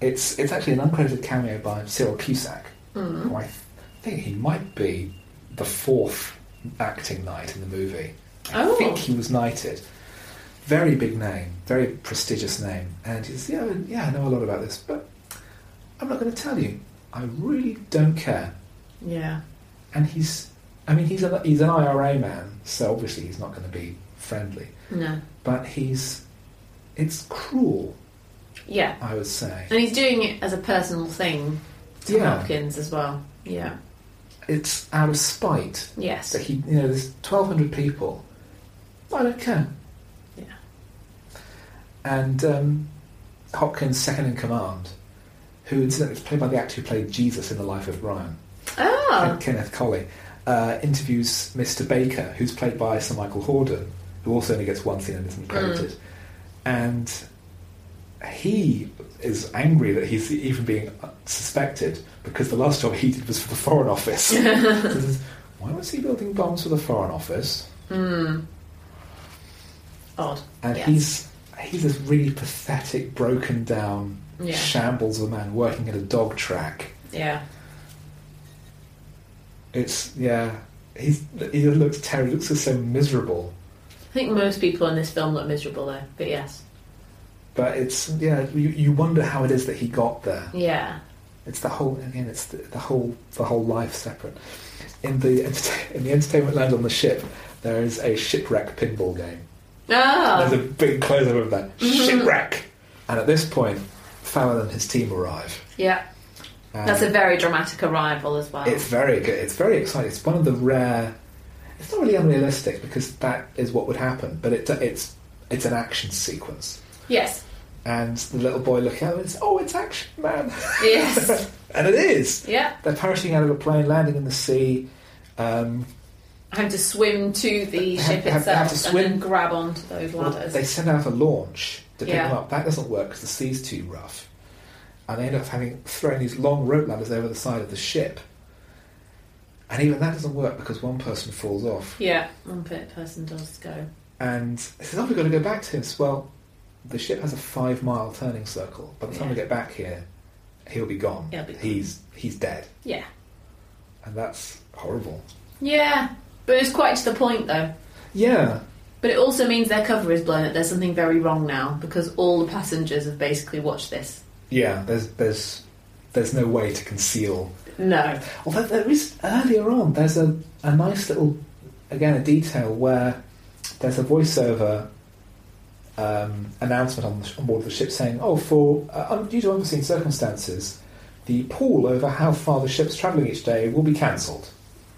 Speaker 2: it's it's actually an uncredited cameo by Cyril Cusack.
Speaker 3: Mm.
Speaker 2: who Oh, I think he might be the fourth acting knight in the movie. I
Speaker 3: Oh.
Speaker 2: think he was knighted. Very big name, very prestigious name, and he's yeah, yeah, I know a lot about this, but I'm not going to tell you. I really don't care.
Speaker 3: Yeah.
Speaker 2: And he's, I mean, he's a, he's an IRA man, so obviously he's not going to be friendly.
Speaker 3: No.
Speaker 2: But he's, it's cruel,
Speaker 3: Yeah.
Speaker 2: I would say.
Speaker 3: And he's doing it as a personal thing to
Speaker 2: Yeah.
Speaker 3: Hopkins as well. Yeah.
Speaker 2: It's out of spite.
Speaker 3: Yes.
Speaker 2: So he, you know, there's 1,200 people. I don't care.
Speaker 3: Yeah.
Speaker 2: And um, Hopkins, second in command, who incidentally is played by the actor who played Jesus in The Life of Brian,
Speaker 3: Oh.
Speaker 2: Ken- Kenneth Colley, uh, interviews Mr. Baker, who's played by Sir Michael Horden, who also only gets one scene and
Speaker 3: Mm.
Speaker 2: isn't credited. And he is angry that he's even being suspected because the last job he did was for the Foreign Office. This is- Why was he building bombs for the Foreign Office?
Speaker 3: Hmm. Odd.
Speaker 2: And
Speaker 3: Yes.
Speaker 2: he's he's this really pathetic, broken down
Speaker 3: Yeah.
Speaker 2: shambles of a man working at a dog track.
Speaker 3: Yeah.
Speaker 2: It's yeah, he's he just looks terrible. Looks just so miserable.
Speaker 3: I think most people in this film look miserable though. But yes.
Speaker 2: But it's yeah, you, you wonder how it is that he got there.
Speaker 3: Yeah.
Speaker 2: It's the whole again. It's the, the whole the whole life separate. In the enter- in the entertainment land on the ship, there is a shipwreck pinball game. There's a
Speaker 3: Oh. Mm-hmm.
Speaker 2: big close up of that shipwreck. And at this point, Fallon and his team arrive.
Speaker 3: Yeah.
Speaker 2: And
Speaker 3: That's a very dramatic arrival as well.
Speaker 2: It's very good. It's very exciting. It's one of the rare. It's not really unrealistic because that is what would happen, but it, it's it's an action sequence.
Speaker 3: Yes.
Speaker 2: And the little boy looking out and says, "Oh, it's Action Man!"
Speaker 3: Yes.
Speaker 2: and it is.
Speaker 3: yeah.
Speaker 2: They're parachuting out of a plane, landing in the sea. Um,
Speaker 3: I have to swim to the
Speaker 2: They have-
Speaker 3: ship
Speaker 2: they have-
Speaker 3: itself
Speaker 2: they have to
Speaker 3: and
Speaker 2: swim.
Speaker 3: then grab onto those
Speaker 2: well,
Speaker 3: ladders.
Speaker 2: they send out a launch to pick
Speaker 3: Yeah.
Speaker 2: them up. That doesn't work because the sea's too rough, and they end up having throwing these long rope ladders over the side of the ship. And even that doesn't work because one person falls off.
Speaker 3: Yeah. One pe- person does go.
Speaker 2: And he says, Oh, we've got to go back to him. So, well, the ship has a five mile turning circle. By the time
Speaker 3: Yeah.
Speaker 2: we get back here, he'll be gone.
Speaker 3: He'll be gone.
Speaker 2: He's he's dead.
Speaker 3: Yeah.
Speaker 2: And that's horrible.
Speaker 3: Yeah. But it's quite to the point though.
Speaker 2: Yeah.
Speaker 3: But it also means their cover is blown up. There's something very wrong now because all the passengers have basically watched this.
Speaker 2: Yeah, there's there's there's no way to conceal
Speaker 3: No.
Speaker 2: Although there is earlier on, there's a, a nice little again a detail where there's a voiceover um, announcement on, the, sh- on board the ship saying, "Oh, for uh, un- due to unforeseen circumstances, the pool over how far the ship's travelling each day will be cancelled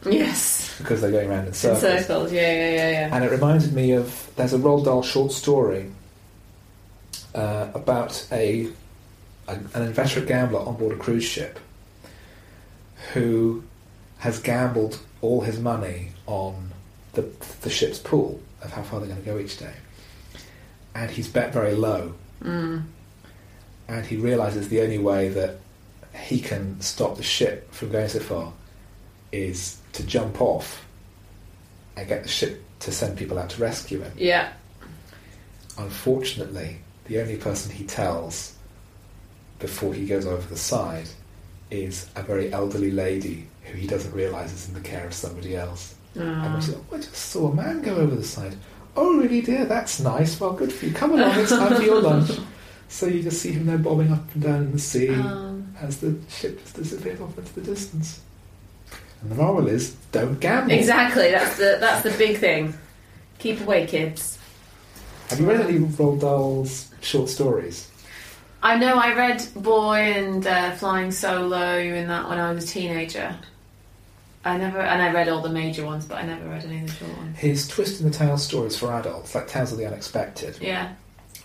Speaker 3: Yes.
Speaker 2: because they're going round in
Speaker 3: In
Speaker 2: circles."
Speaker 3: circles. Yeah, yeah, yeah, yeah.
Speaker 2: And it reminded me of there's a Roald Dahl short story uh, about a, a an inveterate gambler on board a cruise ship who has gambled all his money on the the ship's pool of how far they're going to go each day, and he's bet very low,
Speaker 3: Mm.
Speaker 2: and he realizes the only way that he can stop the ship from going so far is to jump off and get the ship to send people out to rescue him.
Speaker 3: Yeah.
Speaker 2: Unfortunately, the only person he tells before he goes over the side is a very elderly lady who he doesn't realize is in the care of somebody else. And
Speaker 3: Um,
Speaker 2: we said, oh, I just saw a man go over the side. Oh, really, dear? That's nice. Well, good for you. Come along, it's time for your lunch. So you just see him there bobbing up and down in the sea
Speaker 3: Um,
Speaker 2: as the ship just disappears off into the distance. And the moral is, don't gamble.
Speaker 3: exactly. That's the that's the big thing. Keep away, kids.
Speaker 2: Have you read any of Roald Dahl's short stories?
Speaker 3: I know. I read Boy and uh, Flying Solo and that when I was a teenager. I never and I read all the major ones, but I never read any of the short ones.
Speaker 2: His Twist in the Tale stories for adults, like Tales of the Unexpected,
Speaker 3: Yeah.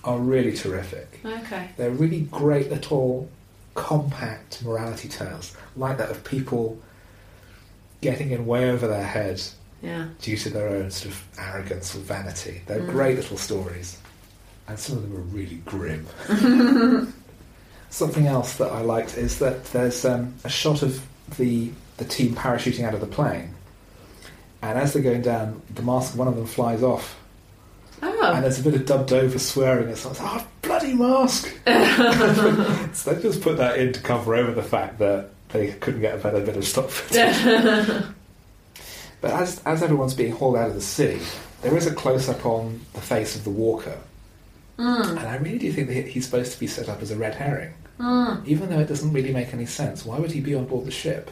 Speaker 2: are really terrific.
Speaker 3: Okay.
Speaker 2: They're really great little compact morality tales, like that of people getting in way over their head
Speaker 3: Yeah.
Speaker 2: due to their own sort of arrogance or vanity. They're
Speaker 3: Mm.
Speaker 2: great little stories, and some of them are really grim. Something else that I liked is that there's um, a shot of the the team parachuting out of the plane, and as they're going down, the mask one of them flies off, and
Speaker 3: Oh.
Speaker 2: there's a bit of dubbed over swearing. It's like, oh bloody mask! so they just put that in to cover over the fact that they couldn't get a better bit of stock footage. But as, as everyone's being hauled out of the sea, there is a close up on the face of the walker.
Speaker 3: Mm.
Speaker 2: And I really do think that he- he's supposed to be set up as a red herring,
Speaker 3: Mm.
Speaker 2: even though it doesn't really make any sense. Why would he be on board the ship?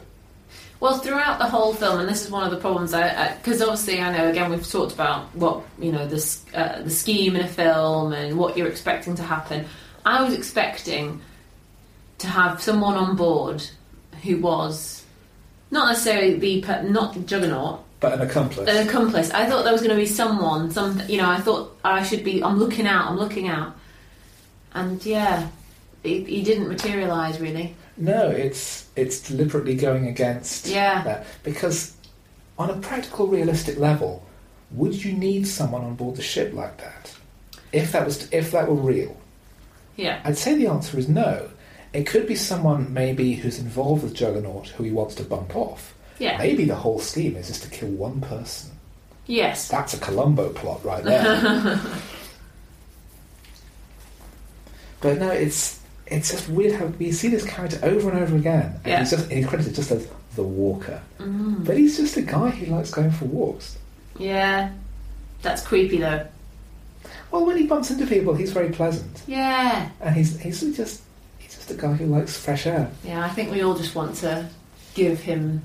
Speaker 3: Well, throughout the whole film, and this is one of the problems, because obviously I know again we've talked about what you know the s- uh, the scheme in a film and what you're expecting to happen. I was expecting to have someone on board who was not necessarily the per- not the juggernaut,
Speaker 2: But an accomplice.
Speaker 3: an accomplice. I thought there was going to be someone, some you know. I thought I should be. I'm looking out. I'm looking out, and yeah, he, he didn't materialise really.
Speaker 2: no, it's it's deliberately going against
Speaker 3: Yeah.
Speaker 2: that. Because on a practical, realistic level, would you need someone on board the ship like that? If that was if that were real,
Speaker 3: Yeah,
Speaker 2: I'd say the answer is no. It could be someone maybe who's involved with Juggernaut who he wants to bump off.
Speaker 3: yeah,
Speaker 2: Maybe the whole scheme is just to kill one person.
Speaker 3: yes.
Speaker 2: That's a Columbo plot right there. but no, it's it's just weird how we see this character over and over again. And
Speaker 3: Yeah.
Speaker 2: he's just and he's credited just as the walker.
Speaker 3: Mm.
Speaker 2: But he's just a guy who likes going for walks.
Speaker 3: Yeah. That's creepy though.
Speaker 2: Well when he bumps into people he's very pleasant.
Speaker 3: Yeah.
Speaker 2: And he's he's just he's just a guy who likes fresh air.
Speaker 3: Yeah, I think we all just want to give him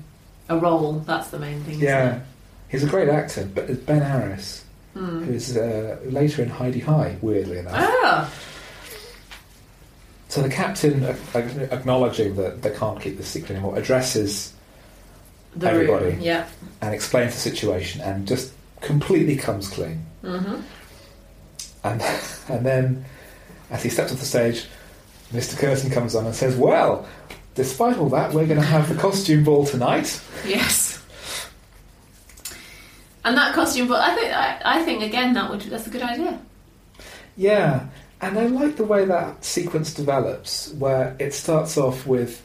Speaker 3: a role. That's the main thing. isn't
Speaker 2: Yeah, he's a great actor, but it's Ben Harris,
Speaker 3: it? Hmm.
Speaker 2: who's uh, later in Heidi High, weirdly enough.
Speaker 3: Oh,
Speaker 2: So the captain, a- a- acknowledging that they can't keep this secret anymore, addresses
Speaker 3: the
Speaker 2: Everybody.
Speaker 3: room. Yeah.
Speaker 2: and explains the situation and just completely comes clean.
Speaker 3: Mm-hmm.
Speaker 2: And, and then, as he steps off the stage, Mr. Curtin comes on and says, Well, despite all that, we're going to have the costume ball tonight.
Speaker 3: Yes. And that costume, but I think I, I think again that would that's a good idea.
Speaker 2: Yeah, and I like the way that sequence develops, where it starts off with,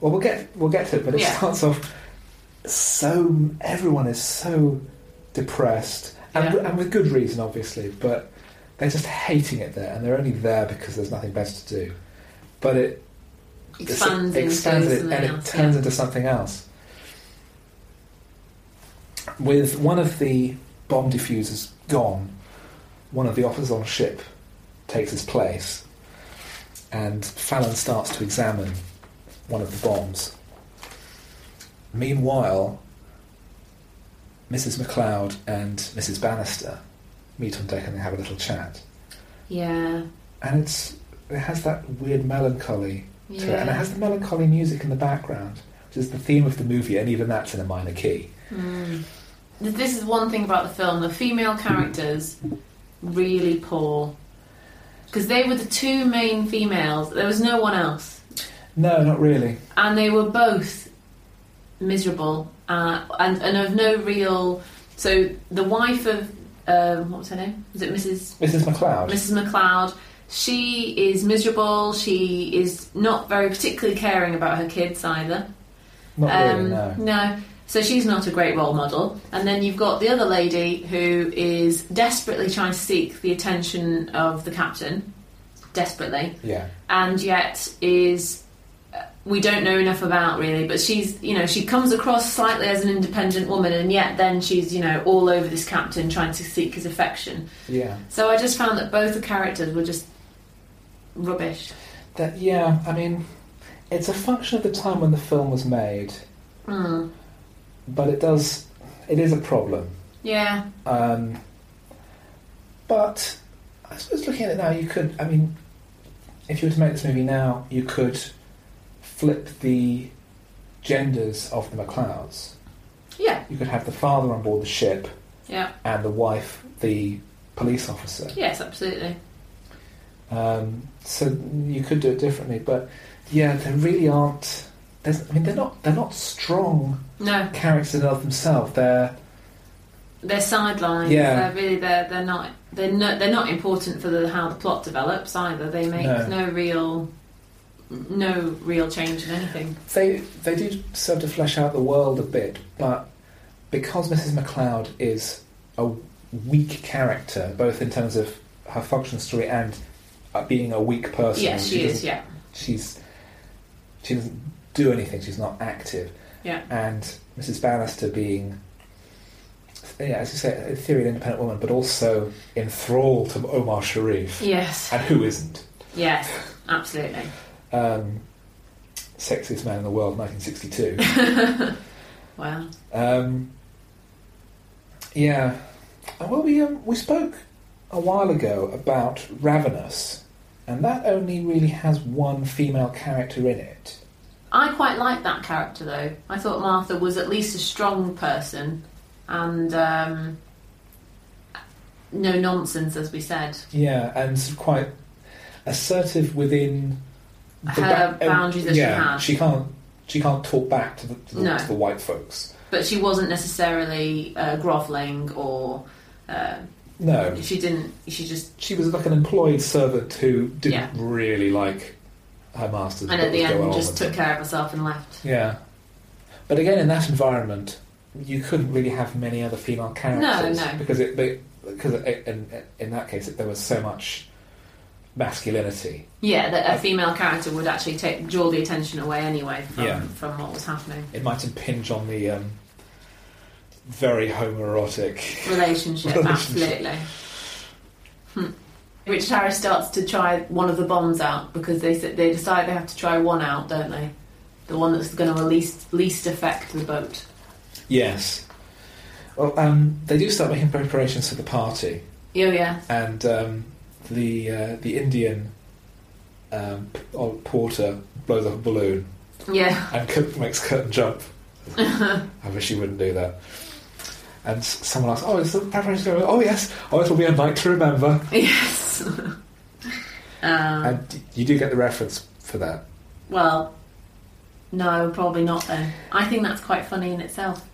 Speaker 2: well, we'll get we'll get to it, but it
Speaker 3: Yeah.
Speaker 2: starts off so everyone is so depressed, and,
Speaker 3: Yeah.
Speaker 2: and with good reason, obviously, but they're just hating it there, and they're only there because there's nothing better to do. But it
Speaker 3: Expands,
Speaker 2: it expands
Speaker 3: into
Speaker 2: it,
Speaker 3: something
Speaker 2: and it
Speaker 3: else.
Speaker 2: turns
Speaker 3: yeah.
Speaker 2: into something else. With one of the bomb diffusers gone, one of the officers on ship takes his place, and Fallon starts to examine one of the bombs. Meanwhile, Mrs. McLeod and Mrs. Bannister meet on deck and they have a little chat,
Speaker 3: yeah.
Speaker 2: and it's it has that weird melancholy to it. And it
Speaker 3: Yeah.
Speaker 2: has the melancholy music in the background, which is the theme of the movie, and even that's in a minor key.
Speaker 3: Mm. Th- This is one thing about the film: the female characters really poor because they were the two main females. There was no one else,
Speaker 2: No, not really.
Speaker 3: and they were both miserable uh, and and of no real. So the wife of um, what was her name? Was it Mrs.
Speaker 2: Mrs. McLeod.
Speaker 3: Mrs. McLeod. She is miserable. She is not very particularly caring about her kids either.
Speaker 2: Not really,
Speaker 3: Um,
Speaker 2: no.
Speaker 3: So she's not a great role model. And then you've got the other lady who is desperately trying to seek the attention of the captain, desperately,
Speaker 2: Yeah.
Speaker 3: and yet is uh, we don't know enough about really, but she's you know she comes across slightly as an independent woman, and yet then she's you know all over this captain trying to seek his affection.
Speaker 2: Yeah.
Speaker 3: So I just found that both the characters were just rubbish.
Speaker 2: That yeah, I mean, it's a function of the time when the film was made,
Speaker 3: Hmm.
Speaker 2: but it does it is a problem.
Speaker 3: Yeah,
Speaker 2: Um, but I suppose looking at it now, you could. I mean, if you were to make this movie now, you could flip the genders of the MacLeods.
Speaker 3: yeah,
Speaker 2: You could have the father on board the ship
Speaker 3: yeah,
Speaker 2: and the wife the police officer.
Speaker 3: yes, absolutely.
Speaker 2: Um, so you could do it differently, but yeah, there really aren't. There's, I mean, they're not they're not strong
Speaker 3: No,
Speaker 2: characters in and of themselves. They're
Speaker 3: they're sidelined.
Speaker 2: Yeah.
Speaker 3: they're really they're they're not they're not they're not important for the how the plot develops either. They make
Speaker 2: No.
Speaker 3: no, real no real change in anything.
Speaker 2: they they do serve to flesh out the world a bit, but because Mrs. McLeod is a weak character, both in terms of her function story and uh, being a weak person,
Speaker 3: yes, she,
Speaker 2: doesn't
Speaker 3: is. Yeah,
Speaker 2: she's she doesn't do anything. She's not active.
Speaker 3: Yeah.
Speaker 2: And Mrs. Bannister being, yeah, as you say, in theory an independent woman, but also enthralled to Omar Sharif,
Speaker 3: yes,
Speaker 2: and who isn't?
Speaker 3: yes, absolutely.
Speaker 2: Um, sexiest man in the world, 1962.
Speaker 3: Wow.
Speaker 2: um, yeah. And well, we um, we spoke a while ago about Ravenous, and that only really has one female character in it.
Speaker 3: I quite like that character though. I thought Martha was at least a strong person and um, no nonsense, as we said.
Speaker 2: Yeah, and sort of quite assertive within
Speaker 3: Her
Speaker 2: ba- um,
Speaker 3: boundaries that she
Speaker 2: yeah,
Speaker 3: has.
Speaker 2: She can't. She can't talk back to the, to the,
Speaker 3: No.
Speaker 2: to the white folks.
Speaker 3: But she wasn't necessarily uh, grovelling or uh,
Speaker 2: No,
Speaker 3: she didn't. She just
Speaker 2: she was like an employed servant who didn't
Speaker 3: Yeah.
Speaker 2: really like her masters.
Speaker 3: and
Speaker 2: what
Speaker 3: at the
Speaker 2: was going
Speaker 3: end
Speaker 2: on
Speaker 3: just
Speaker 2: with
Speaker 3: took
Speaker 2: them.
Speaker 3: care of herself and left.
Speaker 2: Yeah, but again, in that environment, you couldn't really have many other female characters.
Speaker 3: no.
Speaker 2: because it be- because it, in, in that case, there was so much masculinity.
Speaker 3: Yeah, that
Speaker 2: I-
Speaker 3: a female character would actually take draw the attention away anyway from,
Speaker 2: Yeah.
Speaker 3: from what was happening.
Speaker 2: It might impinge on the um, very homoerotic.
Speaker 3: Relationship,
Speaker 2: Relationship.
Speaker 3: absolutely. Hmm. Richard Harris starts to try one of the bombs out because they s- they decide they have to try one out, don't they? The one that's going to least least affect the boat.
Speaker 2: Yes. Well, um, they do start making preparations for the party,
Speaker 3: Oh yeah,
Speaker 2: and um, the uh, the Indian um, p- or porter blows up a balloon,
Speaker 3: yeah,
Speaker 2: and Kurt makes Kurt jump. I wish he wouldn't do that. And s- someone asks, "Oh, is the preparations going?" on?" Oh, yes. Oh, it will be a night to remember.
Speaker 3: yes. um,
Speaker 2: And you do get the reference for that.
Speaker 3: well, no, probably not. Then I think that's quite funny in itself.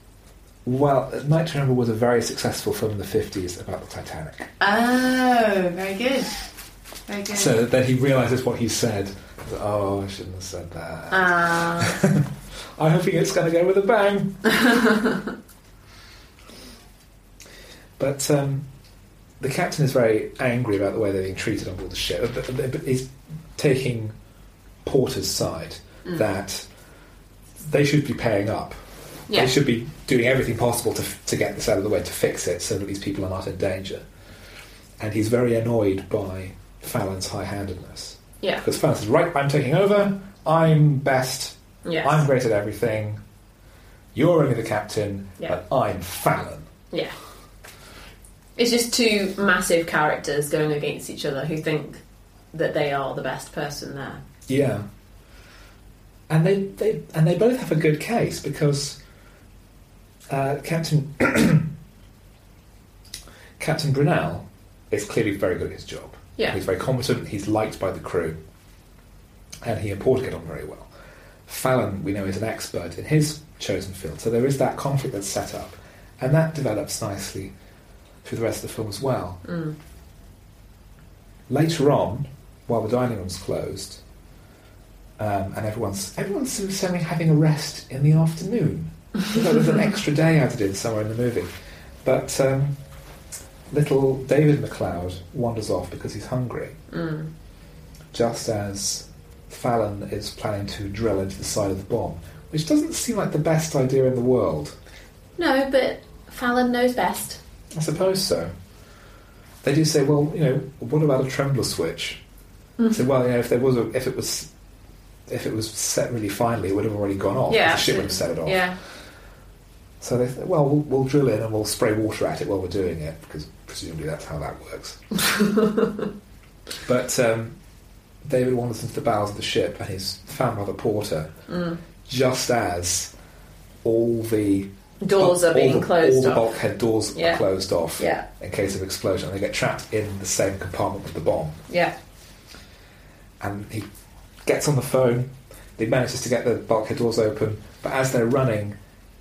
Speaker 2: Well, Night to Remember was a very successful film in the fifties about the Titanic.
Speaker 3: Oh, very good, very good.
Speaker 2: So then he realizes what he said. Oh, I shouldn't have said that.
Speaker 3: Ah.
Speaker 2: I'm hoping it's going to go with a bang. but um, the captain is very angry about the way they're being treated on board the ship. But, but- but he's taking Porter's side
Speaker 3: Mm.
Speaker 2: that they should be paying up.
Speaker 3: yeah,
Speaker 2: They should be doing everything possible to, to get this out of the way, to fix it, so that these people are not in danger. And he's very annoyed by Fallon's high handedness.
Speaker 3: yeah,
Speaker 2: Because Fallon says, Right, I'm taking over, I'm best,
Speaker 3: yes,
Speaker 2: I'm great at everything. You're only the captain,
Speaker 3: Yeah.
Speaker 2: but I'm Fallon.
Speaker 3: Yeah. It's just two massive characters going against each other who think that they are the best person there.
Speaker 2: Yeah. And they, they and they both have a good case because uh, Captain Captain Brunel is clearly very good at his job.
Speaker 3: Yeah.
Speaker 2: He's very competent. He's liked by the crew, and he and Porter get on very well. Fallon, we know, is an expert in his chosen field, so there is that conflict that's set up, and that develops nicely through the rest of the film as well.
Speaker 3: Mm.
Speaker 2: Later on, while the dining room's closed, um, and everyone's everyone's sort of suddenly having a rest in the afternoon. there was an extra day added in somewhere in the movie, but um, little David McLeod wanders off because he's hungry.
Speaker 3: Mm.
Speaker 2: Just as Fallon is planning to drill into the side of the bomb, which doesn't seem like the best idea in the world.
Speaker 3: No, but Fallon knows best.
Speaker 2: I suppose so. They do say, well, you know, what about a trembler switch?
Speaker 3: Mhm.
Speaker 2: So, well, you know, if there was, a, if it was, if it was set really finely, it would have already gone off.
Speaker 3: Yeah,
Speaker 2: the ship would have set it off.
Speaker 3: Yeah.
Speaker 2: So they th- well, well, we'll drill in and we'll spray water at it while we're doing it because presumably that's how that works. but um, David wanders into the bows of the ship and he's found by the porter
Speaker 3: Mm.
Speaker 2: just as all the
Speaker 3: Doors
Speaker 2: Oh, all
Speaker 3: are being
Speaker 2: the, all
Speaker 3: closed
Speaker 2: the
Speaker 3: off.
Speaker 2: bulkhead doors
Speaker 3: Yeah.
Speaker 2: are closed off
Speaker 3: Yeah,
Speaker 2: in case of explosion. And they get trapped in the same compartment with the bomb.
Speaker 3: yeah.
Speaker 2: and he gets on the phone. He manages to get the bulkhead doors open, but as they're running,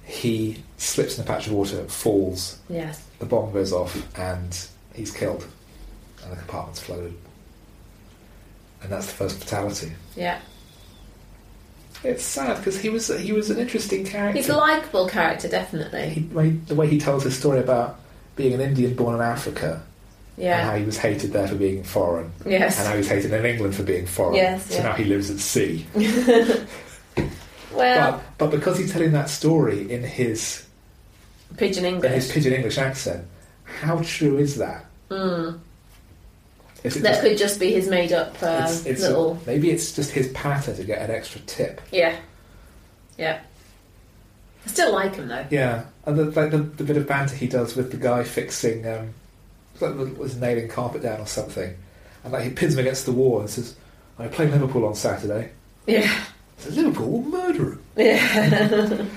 Speaker 2: he slips in a patch of water, falls,
Speaker 3: Yes.
Speaker 2: the bomb goes off, and he's killed. And the compartment's flooded. And that's the first fatality.
Speaker 3: Yeah.
Speaker 2: It's sad because he was he was an interesting character.
Speaker 3: He's a likable character, definitely.
Speaker 2: He- when- the way he tells his story about being an Indian born in Africa and
Speaker 3: Yeah.
Speaker 2: how he was hated there for being foreign Uh-huh. and
Speaker 3: Yes.
Speaker 2: how he was hated in England for being foreign.
Speaker 3: Yes,
Speaker 2: so
Speaker 3: yeah.
Speaker 2: now he lives at sea.
Speaker 3: Well,
Speaker 2: But, but because he's telling that story in his
Speaker 3: pigeon
Speaker 2: in his
Speaker 3: English.
Speaker 2: pigeon English accent, how true is that?
Speaker 3: Mm.
Speaker 2: Is it
Speaker 3: That
Speaker 2: just-
Speaker 3: could just be his made up uh,
Speaker 2: it's- it's-
Speaker 3: little.
Speaker 2: maybe it's just his patter to get an extra tip.
Speaker 3: Yeah. Yeah. I still like him though.
Speaker 2: Yeah, and the, like the, the bit of banter he does with the guy fixing um, like, was nailing carpet down or something, and like he pins him against the wall and says, "I'm playing Liverpool on Saturday."
Speaker 3: Yeah.
Speaker 2: So Liverpool will murder him.
Speaker 3: Yeah.
Speaker 2: But,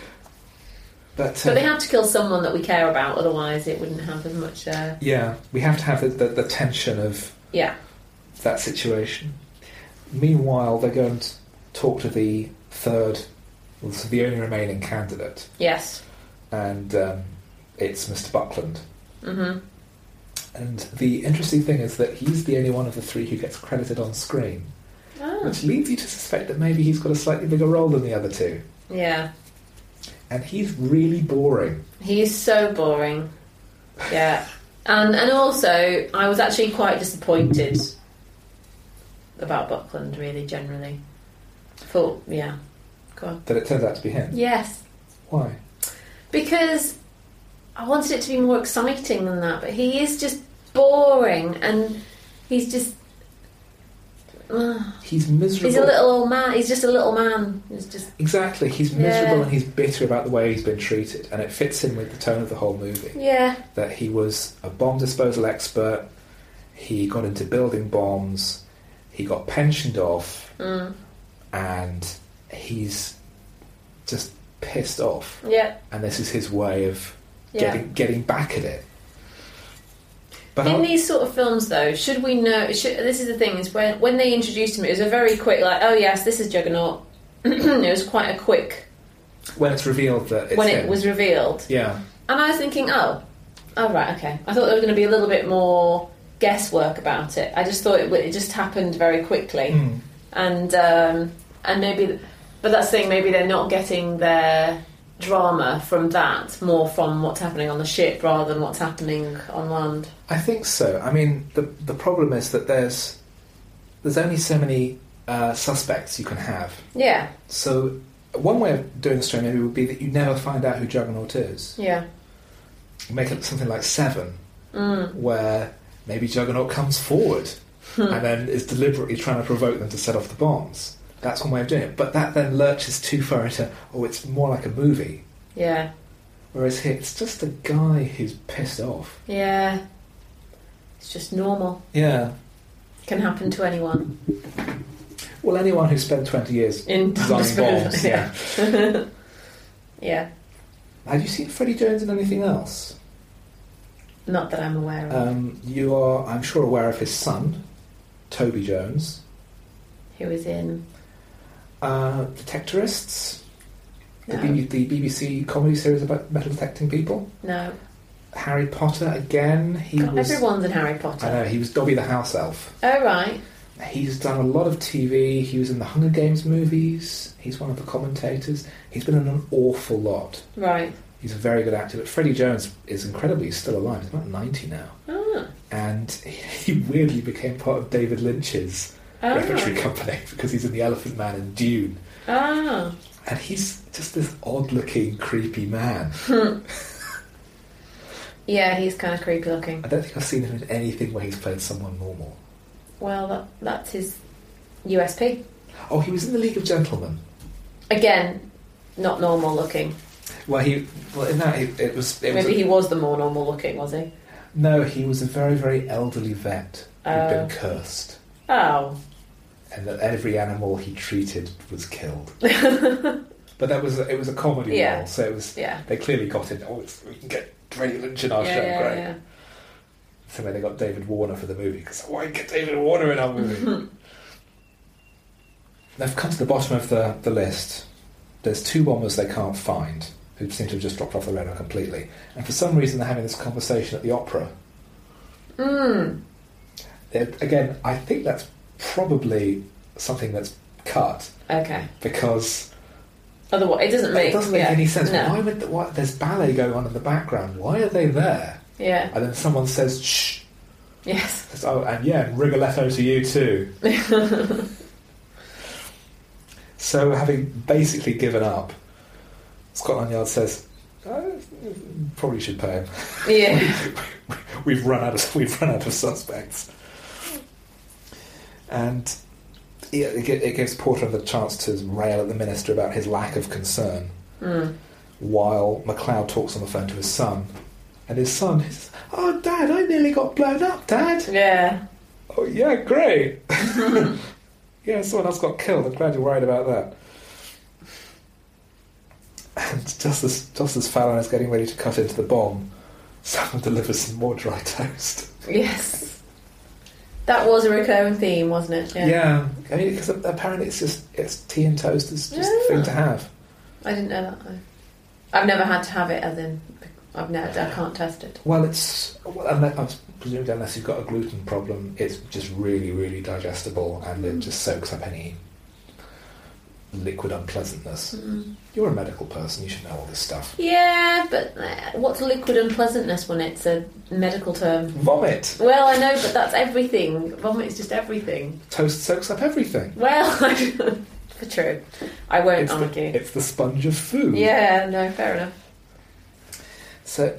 Speaker 3: but
Speaker 2: um,
Speaker 3: they have to kill someone that we care about, otherwise it wouldn't have as much. Uh,
Speaker 2: yeah, we have to have the, the, the tension of
Speaker 3: yeah.
Speaker 2: that situation. Meanwhile, they go and talk to the third, well, so the only remaining candidate,
Speaker 3: Yes.
Speaker 2: and um, it's Mr. Buckland.
Speaker 3: Mm-hmm.
Speaker 2: And the interesting thing is that he's the only one of the three who gets credited on screen,
Speaker 3: Oh.
Speaker 2: which leads you to suspect that maybe he's got a slightly bigger role than the other two.
Speaker 3: Yeah.
Speaker 2: And he's really boring.
Speaker 3: He's so boring. Yeah. And and also I was actually quite disappointed about Buckland really generally. Thought yeah. Go on.
Speaker 2: That it turns out to be him.
Speaker 3: Yes.
Speaker 2: Why?
Speaker 3: Because I wanted it to be more exciting than that, but he is just boring and he's just Ugh.
Speaker 2: He's miserable.
Speaker 3: he's a little old man. He's just a little man. He's just
Speaker 2: Exactly. He's
Speaker 3: Yeah.
Speaker 2: miserable and he's bitter about the way he's been treated, and it fits in with the tone of the whole movie.
Speaker 3: yeah,
Speaker 2: that he was a bomb disposal expert. He got into building bombs. He got pensioned off,
Speaker 3: mm.
Speaker 2: and he's just pissed off.
Speaker 3: yeah,
Speaker 2: And this is his way of
Speaker 3: yeah.
Speaker 2: getting getting back at it. But
Speaker 3: In
Speaker 2: I-
Speaker 3: these sort of films, though, should we know? Should, this is the thing: is when when they introduced him, it was a very quick, like, oh yes, this is Juggernaut. it was quite a quick
Speaker 2: when it's revealed that it's
Speaker 3: when
Speaker 2: him-
Speaker 3: it was revealed,
Speaker 2: yeah,
Speaker 3: and I was thinking, oh, oh right, okay. I thought there was going to be a little bit more guesswork about it. I just thought it, w- it just happened very quickly,
Speaker 2: Mm.
Speaker 3: and um, and maybe, but that's the thing. Maybe they're not getting their drama from that, more from what's happening on the ship rather than what's happening on land.
Speaker 2: I think so. I mean, the the problem is that there's there's only so many uh, suspects you can have.
Speaker 3: Yeah,
Speaker 2: So one way of doing the story maybe would be that you never find out who Juggernaut is.
Speaker 3: yeah.
Speaker 2: make it something like Seven,
Speaker 3: Mm.
Speaker 2: where maybe Juggernaut comes forward
Speaker 3: Hmm.
Speaker 2: and then is deliberately trying to provoke them to set off the bombs. That's one way of doing it. But that then lurches too far into, oh, it's more like a movie.
Speaker 3: Yeah,
Speaker 2: Whereas here, it's just a guy who's pissed off.
Speaker 3: yeah. It's just normal.
Speaker 2: Yeah.
Speaker 3: Can happen to anyone.
Speaker 2: Well, anyone who spent 20 years
Speaker 3: In
Speaker 2: designing bombs, yeah.
Speaker 3: yeah. yeah,
Speaker 2: Had you seen Freddie Jones in anything else?
Speaker 3: not that I'm aware of.
Speaker 2: Um, you are, I'm sure, aware of his son, Toby Jones.
Speaker 3: Who is in?
Speaker 2: Uh, Detectorists, the,
Speaker 3: No,
Speaker 2: B- the BBC comedy series about metal detecting people.
Speaker 3: no.
Speaker 2: Harry Potter again. He
Speaker 3: God,
Speaker 2: was.
Speaker 3: everyone's in Harry
Speaker 2: I
Speaker 3: Potter.
Speaker 2: know he was Dobby the house elf.
Speaker 3: Oh right.
Speaker 2: He's done a lot of TV. He was in the Hunger Games movies. He's one of the commentators. He's been in an awful lot.
Speaker 3: Right.
Speaker 2: He's a very good actor. But Freddie Jones is incredibly he's still alive. He's about ninety now,
Speaker 3: Ah.
Speaker 2: and he weirdly became part of David Lynch's
Speaker 3: Oh.
Speaker 2: repertory company because he's in the Elephant Man and Dune,
Speaker 3: Ah.
Speaker 2: and he's just this odd-looking, creepy man.
Speaker 3: Yeah, he's kind of creepy looking.
Speaker 2: I don't think I've seen him in anything where he's played someone normal.
Speaker 3: Well, that, that's his USP.
Speaker 2: Oh, he was in the League of Gentlemen.
Speaker 3: Again, not normal looking.
Speaker 2: Well, he well in that it, it was it was
Speaker 3: Maybe
Speaker 2: a-
Speaker 3: he was the more normal looking, was he?
Speaker 2: no, he was a very very elderly vet who'd
Speaker 3: Oh.
Speaker 2: been cursed,
Speaker 3: Oh.
Speaker 2: and that every animal he treated was killed. but that was it was a comedy
Speaker 3: Yeah.
Speaker 2: role, so it was
Speaker 3: Yeah.
Speaker 2: they clearly got it. Oh, it's, we can get Ray Lynch in our
Speaker 3: yeah,
Speaker 2: show,
Speaker 3: yeah,
Speaker 2: great.
Speaker 3: yeah.
Speaker 2: So then they got David Warner for the movie because why get David Warner in our movie? They've come to the bottom of the, the list. There's two bombers they can't find who seem to have just dropped off the radar completely. And for some reason, they're having this conversation at the opera.
Speaker 3: Mm.
Speaker 2: It- again, I think that's probably something that's cut
Speaker 3: Okay.
Speaker 2: because
Speaker 3: Otherwise, it doesn't make
Speaker 2: it doesn't make
Speaker 3: yeah.
Speaker 2: any sense.
Speaker 3: No.
Speaker 2: Why would the, why, there's ballet going on in the background? Why are they there?
Speaker 3: Yeah.
Speaker 2: And then someone says, "Shh."
Speaker 3: Yes.
Speaker 2: Says, Oh, and yeah, and Rigoletto to you too. so, having basically given up, Scotland Yard says, "Oh, probably should pay him.
Speaker 3: Yeah.
Speaker 2: We've run out of we've run out of suspects." And yeah, it, gi- it gives Porter the chance to rail at the minister about his lack of concern,
Speaker 3: Mm.
Speaker 2: while MacLeod talks on the phone to his son, and his son says, "Oh, Dad, I nearly got blown up, Dad."
Speaker 3: Yeah.
Speaker 2: Oh yeah, great. yeah, someone else got killed. I'm glad you're worried about that. And just as just as Fallon is getting ready to cut into the bomb, someone delivers some more dry toast.
Speaker 3: Yes. That was a recurring theme, wasn't it?
Speaker 2: I mean, because apparently it's just it's tea and toast is just the
Speaker 3: Yeah.
Speaker 2: thing to have.
Speaker 3: I didn't know that. I- I've never had to have it, as in, I've never, I can't test it.
Speaker 2: Well, it's well, unless, I'm presumably unless you've got a gluten problem, it's just really really digestible and it just soaks up any liquid unpleasantness. You're a medical person; you should know all this stuff.
Speaker 3: Mm. Yeah, but uh, what's liquid unpleasantness when it's a medical term?
Speaker 2: Vomit.
Speaker 3: Well, I know, but that's everything. Vomit is just everything.
Speaker 2: Toast soaks up everything.
Speaker 3: Well, for true. I won't
Speaker 2: It's the,
Speaker 3: argue.
Speaker 2: it's the sponge of food.
Speaker 3: yeah, no, fair enough.
Speaker 2: So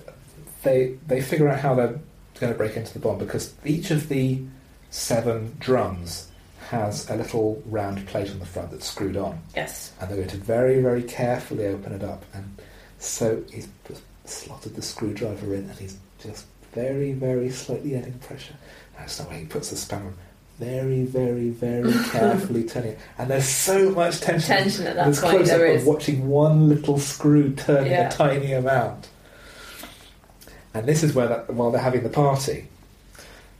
Speaker 2: they they figure out how they're going to break into the bomb because each of the seven drums has a little round plate on the front that's screwed on,
Speaker 3: Yes.
Speaker 2: and they're going to very very carefully open it up. And so he's just slotted the screwdriver in, and he's just very very slightly adding pressure. That's not where he puts the spanner. on. Very, very, very carefully turning it, and there's so much tension.
Speaker 3: Tension at that
Speaker 2: There's
Speaker 3: point,
Speaker 2: close up
Speaker 3: there
Speaker 2: of
Speaker 3: is.
Speaker 2: watching one little screw turning
Speaker 3: Yeah.
Speaker 2: a tiny amount. And this is where that, while they're having the party.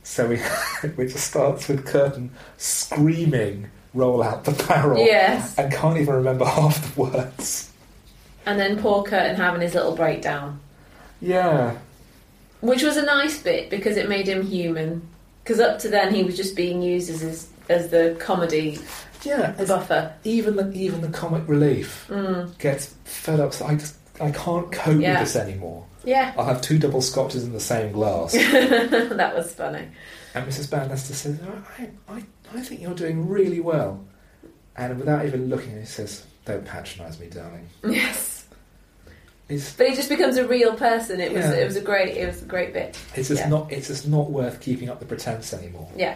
Speaker 2: So we it just starts with Curtin screaming, roll out the barrel.
Speaker 3: Yes.
Speaker 2: And can't even remember half the words.
Speaker 3: And then poor Curtin having his little breakdown.
Speaker 2: Yeah.
Speaker 3: Which was a nice bit because it made him human. Because up to then he was just being used as his, as the comedy
Speaker 2: Yeah. it's-
Speaker 3: buffer.
Speaker 2: even the even the comic relief
Speaker 3: Mm.
Speaker 2: gets fed up. So I just I can't cope
Speaker 3: Yeah.
Speaker 2: with this anymore.
Speaker 3: Yeah,
Speaker 2: I'll have two double scotches in the same glass.
Speaker 3: that was funny.
Speaker 2: And Mrs. Bannister says, I, I, I think you're doing really well. And without even looking, he says, Don't patronise me, darling.
Speaker 3: Yes,
Speaker 2: It's,
Speaker 3: but he just becomes a real person. It was
Speaker 2: Yeah.
Speaker 3: it was a great it was a great bit.
Speaker 2: it's, just
Speaker 3: Yeah.
Speaker 2: not, it's just not worth keeping up the pretense anymore.
Speaker 3: Yeah.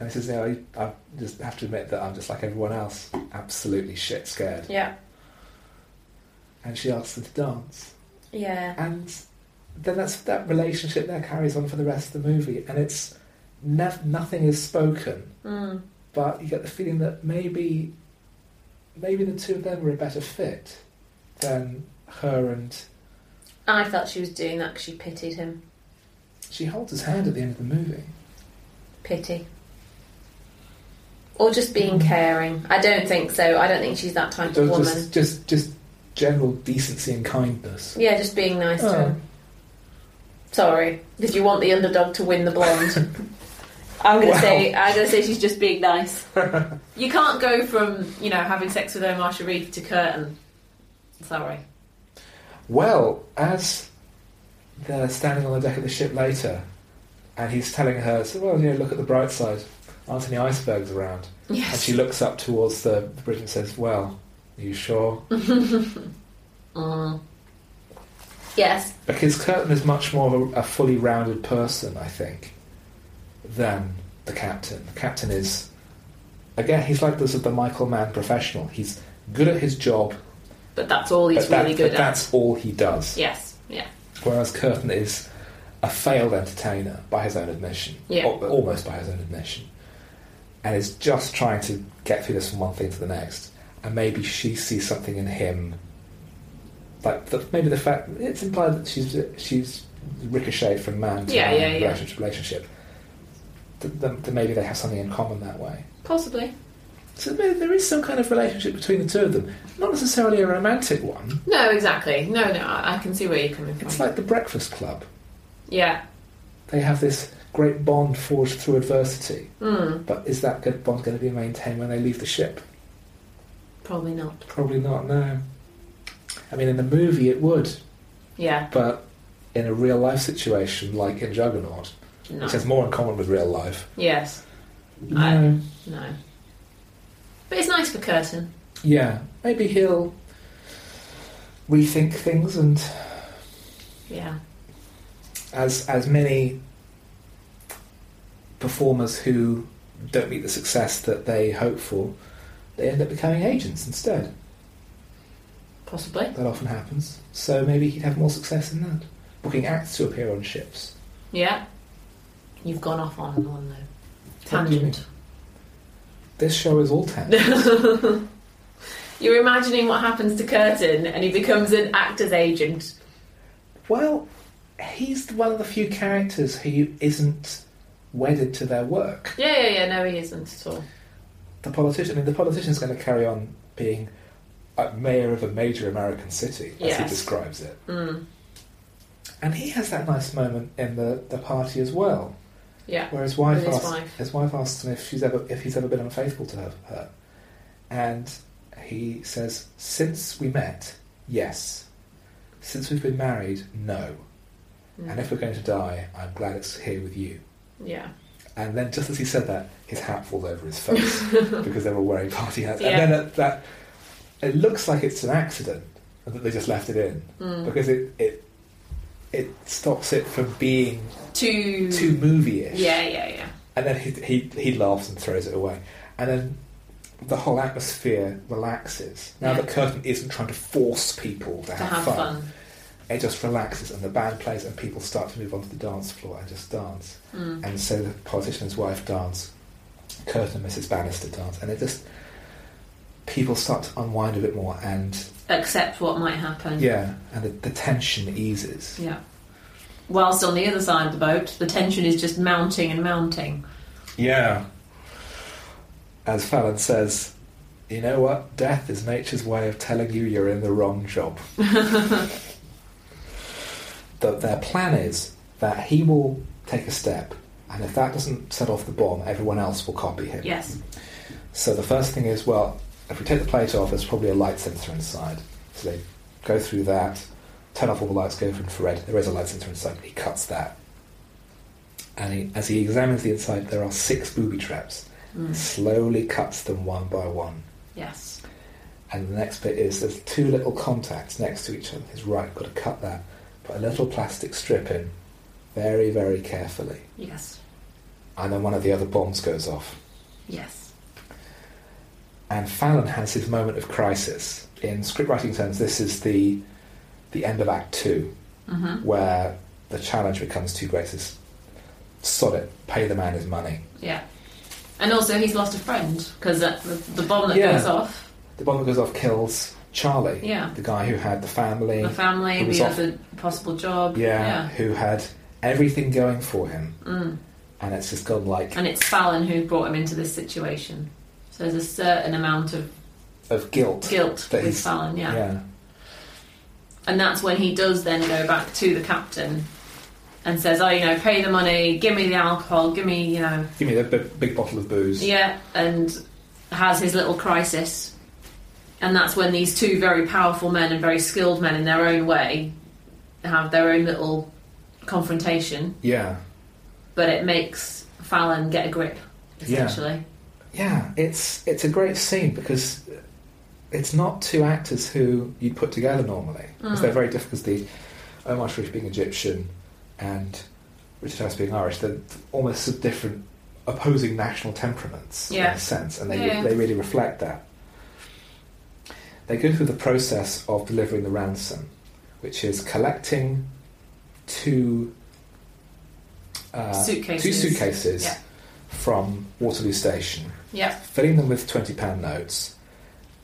Speaker 2: And he says, "No, I, I just have to admit that I'm just like everyone else, absolutely shit scared.
Speaker 3: Yeah,
Speaker 2: And she asks them to dance.
Speaker 3: yeah,
Speaker 2: And then that's, that relationship there carries on for the rest of the movie. And it's nev- nothing is spoken.
Speaker 3: mm.
Speaker 2: but you get the feeling that maybe maybe the two of them were a better fit than her and
Speaker 3: I felt she was doing that because she pitied him.
Speaker 2: she holds his hand at the end of the movie.
Speaker 3: Pity. Or just being caring. I don't think so. I don't think she's that type of
Speaker 2: Just-
Speaker 3: woman.
Speaker 2: Just just just general decency and kindness.
Speaker 3: Yeah, just being nice to
Speaker 2: Oh.
Speaker 3: him. Sorry. Did you want the underdog to win the blonde? I'm gonna
Speaker 2: Wow.
Speaker 3: say I'm gonna say she's just being nice. you can't go from, you know, having sex with Omar Sharif to curtain. Sorry.
Speaker 2: Well, as they're standing on the deck of the ship later and he's telling her, so well, you know, look at the bright side. Anthony Iceberg's around. And
Speaker 3: Yes.
Speaker 2: she looks up towards the the bridge and says, Well, are you sure?
Speaker 3: Mm. Yes.
Speaker 2: Because Curtin is much more of a, a fully rounded person, I think, than the captain. The captain is, again, he's like the, sort of the Michael Mann professional. He's good at his job,
Speaker 3: But that's all he's
Speaker 2: but, that-
Speaker 3: really
Speaker 2: but
Speaker 3: good at.
Speaker 2: that's all he does.
Speaker 3: Yes. Yeah.
Speaker 2: Whereas Curtin is a failed entertainer by his own admission,
Speaker 3: Yeah.
Speaker 2: al- almost by his own admission, and is just trying to get through this from one thing to the next. And maybe she sees something in him, like the, maybe the fact it's implied that she's she's ricocheted from man to
Speaker 3: Yeah,
Speaker 2: man
Speaker 3: yeah,
Speaker 2: in
Speaker 3: yeah.
Speaker 2: relationship relationship. That, that, that maybe they have something in common that way.
Speaker 3: Possibly.
Speaker 2: So there there is some kind of relationship between the two of them, not necessarily a romantic one.
Speaker 3: No, exactly. No, no. I, I can see where you're coming from.
Speaker 2: It's like the Breakfast Club.
Speaker 3: yeah.
Speaker 2: they have this great bond forged through adversity.
Speaker 3: Mm.
Speaker 2: But is that good bond going to be maintained when they leave the ship?
Speaker 3: Probably not.
Speaker 2: Probably not, no. I mean, in the movie it would,
Speaker 3: Yeah.
Speaker 2: but in a real life situation like in Juggernaut,
Speaker 3: No.
Speaker 2: which has more in common with real life,
Speaker 3: Yes. I-
Speaker 2: no.
Speaker 3: No. But it's nice for Curtin.
Speaker 2: Yeah, maybe he'll rethink things, and
Speaker 3: Yeah.
Speaker 2: as as many performers who don't meet the success that they hope for, they end up becoming agents instead.
Speaker 3: Possibly.
Speaker 2: That often happens. So maybe he'd have more success in that. Booking acts to appear on ships.
Speaker 3: Yeah. You've gone off on one though.
Speaker 2: What do you mean?
Speaker 3: Tangent.
Speaker 2: This show is all tangent.
Speaker 3: You're imagining what happens to Curtin and he becomes an actor's agent.
Speaker 2: well, he's one of the few characters who isn't wedded to their work.
Speaker 3: Yeah, yeah, yeah, no, he isn't at all.
Speaker 2: The politician, I mean, the politician's going to carry on being a mayor of a major American city, as he
Speaker 3: Yes.
Speaker 2: describes it.
Speaker 3: Mm.
Speaker 2: And he has that nice moment in the, the party as well,
Speaker 3: Yeah,
Speaker 2: where his wife,
Speaker 3: With his
Speaker 2: asks,
Speaker 3: wife.
Speaker 2: his wife asks him if she's ever if he's ever been unfaithful to her, her. and he says, "Since we met, yes. Since we've been married, no.
Speaker 3: Mm.
Speaker 2: And if we're going to die, I'm glad it's here with you."
Speaker 3: yeah,
Speaker 2: And then, just as he said that, his hat falls over his face because they were wearing party hats.
Speaker 3: Yeah.
Speaker 2: And then at that, it looks like it's an accident and that they just left it in
Speaker 3: Mm.
Speaker 2: because it it it stops it from being
Speaker 3: Too.
Speaker 2: too movie-ish.
Speaker 3: Mm. Yeah, yeah, yeah.
Speaker 2: And then he, he, he laughs and throws it away. And then the whole atmosphere relaxes. Now
Speaker 3: Yeah.
Speaker 2: the curtain isn't trying to force people to,
Speaker 3: To have
Speaker 2: fun.
Speaker 3: fun.
Speaker 2: It just relaxes and the band plays and people start to move onto the dance floor and just dance.
Speaker 3: Mm.
Speaker 2: And so the politician's wife dance, Curtin and Mrs. Bannister dance, and it just people start to unwind a bit more and
Speaker 3: Mm-hmm. Accept what might happen.
Speaker 2: yeah, and the, the tension eases.
Speaker 3: Yeah. Whilst on the other side of the boat, the tension is just mounting and mounting.
Speaker 2: Yeah. As Fallon says, you know what? Death is nature's way of telling you you're in the wrong job. that their plan is that he will take a step, and if that doesn't set off the bomb, everyone else will copy him.
Speaker 3: Yes.
Speaker 2: So the first thing is, well, if we take the plate off, there's probably a light sensor inside. So they go through that, turn off all the lights, go for infrared. There is a light sensor inside. He cuts that, and he, as he examines the inside, there are six booby traps.
Speaker 3: Mm.
Speaker 2: Slowly cuts them one by one.
Speaker 3: Yes.
Speaker 2: And the next bit is there's two little contacts next to each other. He's right, got to cut that. Put a little plastic strip in, very, very carefully.
Speaker 3: Yes.
Speaker 2: And then one of the other bombs goes off.
Speaker 3: Yes.
Speaker 2: and Fallon has his moment of crisis. In scriptwriting terms, this is the the end of Act Two,
Speaker 3: hmm
Speaker 2: where the challenge becomes too great. It's sod it, pay the man his money.
Speaker 3: Yeah. And also, he's lost a friend because the, the bomb that
Speaker 2: Yeah.
Speaker 3: goes off,
Speaker 2: The bomb that goes off kills Charlie,
Speaker 3: Yeah.
Speaker 2: the guy who had the family,
Speaker 3: the family,
Speaker 2: It was
Speaker 3: the
Speaker 2: off.
Speaker 3: other possible job.
Speaker 2: yeah, who had everything going for him,
Speaker 3: yeah. Mm.
Speaker 2: and it's just gone like
Speaker 3: And it's Fallon who brought him into this situation. So there's a certain amount of
Speaker 2: of guilt.
Speaker 3: guilt
Speaker 2: That
Speaker 3: with
Speaker 2: he's-
Speaker 3: Fallon, yeah.
Speaker 2: yeah,
Speaker 3: And that's when he does then go back to the captain and says, Oh, you know, pay the money, give me the alcohol, give me, you know,
Speaker 2: give me the big, big bottle of booze.
Speaker 3: yeah, and has his little crisis. And that's when these two very powerful men and very skilled men in their own way have their own little confrontation,
Speaker 2: yeah.
Speaker 3: but it makes Fallon get a grip
Speaker 2: Yeah.
Speaker 3: essentially.
Speaker 2: yeah, it's it's a great scene because it's not two actors who you put together normally. 'Cause
Speaker 3: Mm.
Speaker 2: they're very different. Because the Omar Sharif being Egyptian and Richard Harris being Irish, they're almost sort of different, opposing national temperaments in
Speaker 3: Yeah.
Speaker 2: a sense, and they
Speaker 3: Yeah.
Speaker 2: they really reflect that. They go through the process of delivering the ransom, which is collecting two uh,
Speaker 3: Suitcases.
Speaker 2: two suitcases
Speaker 3: Yeah.
Speaker 2: from Waterloo Station
Speaker 3: Yep.
Speaker 2: filling them with twenty pound notes,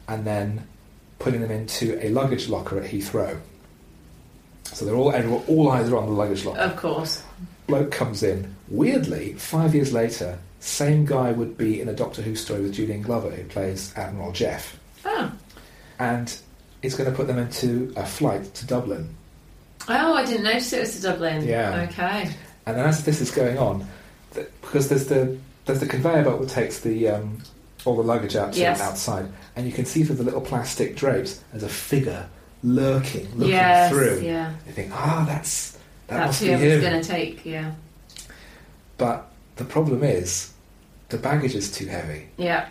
Speaker 2: and then putting them into a luggage locker at Heathrow. So they're all everyone, all eyes are on the luggage locker.
Speaker 3: Of course.
Speaker 2: Bloke comes in. Weirdly, five years later, same guy would be in a Doctor Who story with Julian Glover, who plays Admiral Jeff,
Speaker 3: Oh.
Speaker 2: and is going to put them into a flight to Dublin.
Speaker 3: Oh, I didn't notice it was to Dublin.
Speaker 2: Yeah.
Speaker 3: Okay.
Speaker 2: And then as this is going on, th- because there's the there's the conveyor belt that takes the um, all the luggage out to
Speaker 3: Yes.
Speaker 2: outside, and you can see through the little plastic drapes there's a figure lurking, looking
Speaker 3: yes.
Speaker 2: through.
Speaker 3: Yeah.
Speaker 2: You think, ah, that's that
Speaker 3: That's
Speaker 2: must
Speaker 3: who
Speaker 2: be
Speaker 3: I
Speaker 2: him.
Speaker 3: was going to take. Yeah.
Speaker 2: But the problem is, the baggage is too heavy,
Speaker 3: Yeah.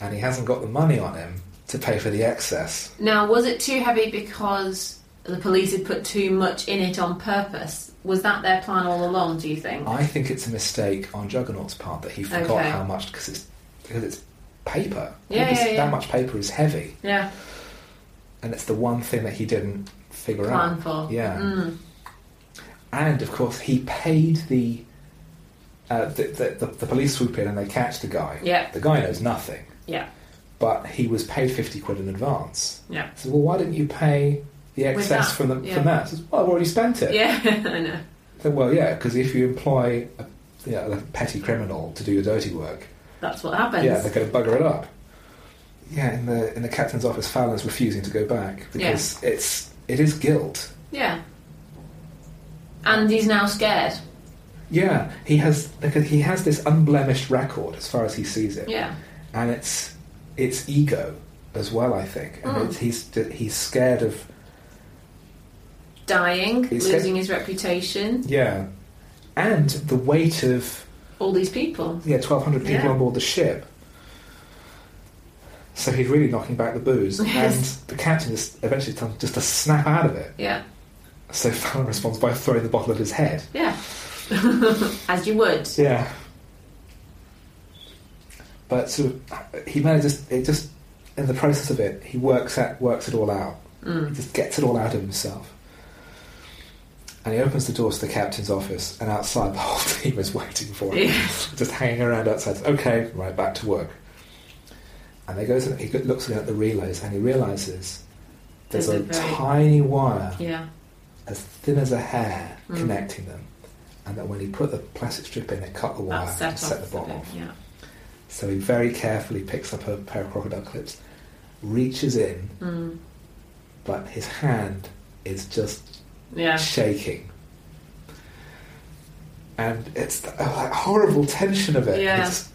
Speaker 2: and he hasn't got the money on him to pay for the excess.
Speaker 3: Now, was it too heavy because the police had put too much in it on purpose? Was that their plan all along? Do you think?
Speaker 2: I think it's a mistake on Juggernaut's part that he forgot
Speaker 3: Okay.
Speaker 2: how much because it's because it's paper.
Speaker 3: Yeah,
Speaker 2: Paper's-
Speaker 3: yeah, yeah.
Speaker 2: That much paper is heavy.
Speaker 3: Yeah.
Speaker 2: and it's the one thing that he didn't figure
Speaker 3: Plan
Speaker 2: out.
Speaker 3: for.
Speaker 2: Yeah,
Speaker 3: Mm.
Speaker 2: and of course he paid the, uh, the, the the the police swoop in and they catch the guy.
Speaker 3: Yeah.
Speaker 2: the guy knows nothing,
Speaker 3: Yeah.
Speaker 2: but he was paid fifty quid in advance.
Speaker 3: Yeah.
Speaker 2: So well, why didn't you pay the
Speaker 3: With
Speaker 2: excess
Speaker 3: that,
Speaker 2: from the,
Speaker 3: yeah.
Speaker 2: from that? He Says, well, I've already spent it.
Speaker 3: Yeah. I know.
Speaker 2: Then, well, yeah, because if you employ a, you know, a petty criminal to do your dirty work,
Speaker 3: That's what happens.
Speaker 2: Yeah, they're going to bugger it up. Yeah, in the in the captain's office, Fallon's refusing to go back because it's it is guilt.
Speaker 3: Yeah. And he's now scared.
Speaker 2: Yeah, he has because he has this unblemished record as far as he sees it,
Speaker 3: Yeah.
Speaker 2: and it's it's ego as well. I think, and
Speaker 3: Mm.
Speaker 2: it's, he's he's scared of
Speaker 3: Dying,
Speaker 2: He's scared.
Speaker 3: losing his reputation,
Speaker 2: yeah, and the weight of
Speaker 3: all these people.
Speaker 2: yeah twelve hundred people
Speaker 3: Yeah.
Speaker 2: on board the ship. So he's really knocking back the booze,
Speaker 3: Yes.
Speaker 2: and the captain just eventually tells him just to snap out of it.
Speaker 3: Yeah.
Speaker 2: So Fallon responds by throwing the bottle at his head.
Speaker 3: Yeah. As you would.
Speaker 2: Yeah. But sort of, he manages. It just in the process of it, he works out, works it all out. He
Speaker 3: Mm.
Speaker 2: just gets it all out of himself. And he opens the doors to the captain's office, and outside the whole team is waiting for him,
Speaker 3: Yes.
Speaker 2: just hanging around outside. Okay, right back to work. And he goes. and He looks again at the relays, and he realizes there's,
Speaker 3: There's
Speaker 2: a
Speaker 3: a very-
Speaker 2: tiny wire
Speaker 3: Yeah.
Speaker 2: as thin as a hair
Speaker 3: Mm.
Speaker 2: connecting them, and that when he put the plastic strip in, it cut the wire
Speaker 3: That set
Speaker 2: and
Speaker 3: off.
Speaker 2: set the
Speaker 3: a
Speaker 2: bomb
Speaker 3: bit,
Speaker 2: off.
Speaker 3: Yeah.
Speaker 2: So he very carefully picks up a pair of crocodile clips, reaches in,
Speaker 3: Mm.
Speaker 2: but his hand is just
Speaker 3: Yeah.
Speaker 2: shaking. And it's the oh, that horrible tension of it.
Speaker 3: Yeah.
Speaker 2: He's,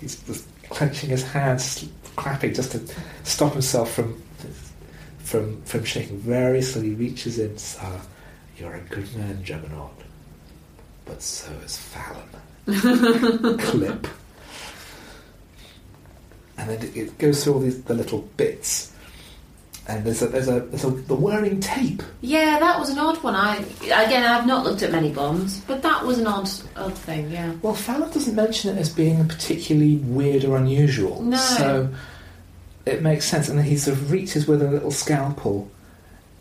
Speaker 2: he's just clenching his hands, sl- clapping just to stop himself from from from shaking. Very slowly reaches in. Sir, you're a good man, Juggernaut, but so is Fallon. Clip. And then it- it goes through all these the little bits. And there's a there's a there's a the whirring tape
Speaker 3: Yeah, that was an odd one. I again, I've not looked at many bombs, but that was an odd, odd thing. Yeah.
Speaker 2: Well, Fallon doesn't mention it as being particularly weird or unusual.
Speaker 3: No.
Speaker 2: So it makes sense. And then he sort of reaches with a little scalpel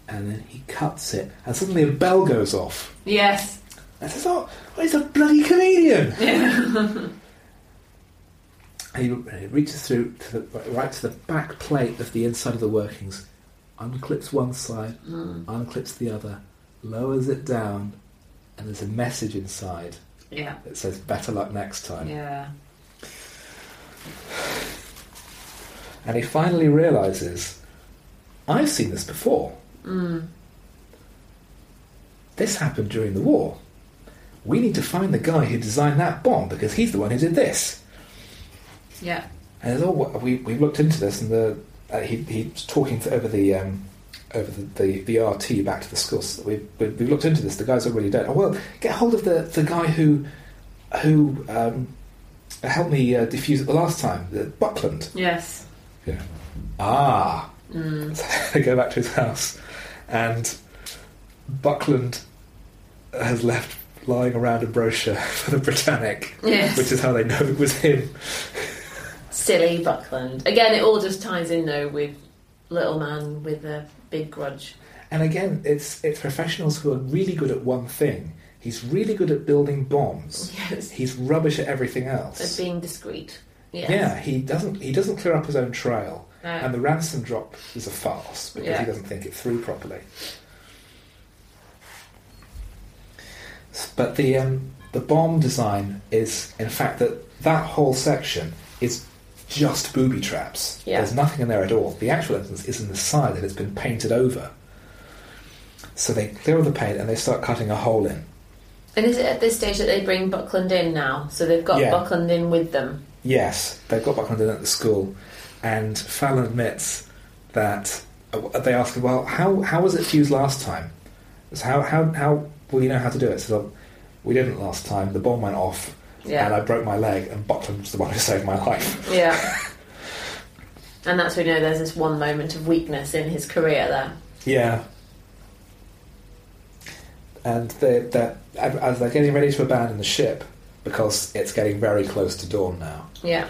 Speaker 2: and then he cuts it. And suddenly a bell goes off.
Speaker 3: Yes.
Speaker 2: And says, oh, well, he's a bloody comedian! And he he reaches through to the, right to the back plate of the inside of the workings, unclips one side,
Speaker 3: Mm.
Speaker 2: unclips the other, lowers it down, and there's a message inside
Speaker 3: Yeah.
Speaker 2: that says, better luck next time.
Speaker 3: Yeah.
Speaker 2: And he finally realizes, I've seen this before.
Speaker 3: Mm.
Speaker 2: This happened during the war. We need to find the guy who designed that bomb because he's the one who did this.
Speaker 3: Yeah.
Speaker 2: And it's all, we, we've looked into this, and the, uh, he, he's talking to, over the um, over the, the, the RT back to the school. So we've, we've, we've looked into this. The guy's already dead. Oh well, get hold of the, the guy who who um, helped me uh, diffuse it the last time. The Buckland.
Speaker 3: Yes.
Speaker 2: Ah,
Speaker 3: Mm.
Speaker 2: so they go back to his house, and Buckland has left lying around a brochure for the Britannic, which
Speaker 3: Yes.
Speaker 2: is how they know it was him.
Speaker 3: Silly Buckland. Again, it all just ties in though with Little Man with the big grudge.
Speaker 2: And again, it's it's professionals who are really good at one thing. He's really good at building bombs.
Speaker 3: Yes.
Speaker 2: He's rubbish at everything
Speaker 3: As
Speaker 2: else.
Speaker 3: being discreet. Yes.
Speaker 2: Yeah, Um, he doesn't he doesn't clear up his own trail.
Speaker 3: No.
Speaker 2: And the ransom drop is a farce because
Speaker 3: Yeah.
Speaker 2: he doesn't think it through properly. S- But the um, the bomb design is, in fact, that that whole section is just booby traps.
Speaker 3: Yeah.
Speaker 2: There's nothing in there at all. The actual entrance is in the side that has been painted over. So they clear all the paint and they start cutting a hole in.
Speaker 3: And is it at this stage that they bring Buckland in now? So they've got
Speaker 2: Yeah.
Speaker 3: Buckland in with them.
Speaker 2: Yes, they got back on at the school, and Fallon admits that uh, they asked, "Well, how how was it fused last time? So how how how will you know how to do it?" So well, we didn't last time. The bomb went off, and
Speaker 3: Yeah.
Speaker 2: I broke my leg, and Buckland was the one who saved my life.
Speaker 3: Yeah. and that's when you know there's this one moment of weakness in his career there.
Speaker 2: Yeah. And they they as they're getting ready to abandon the ship because it's getting very close to dawn now.
Speaker 3: Yeah.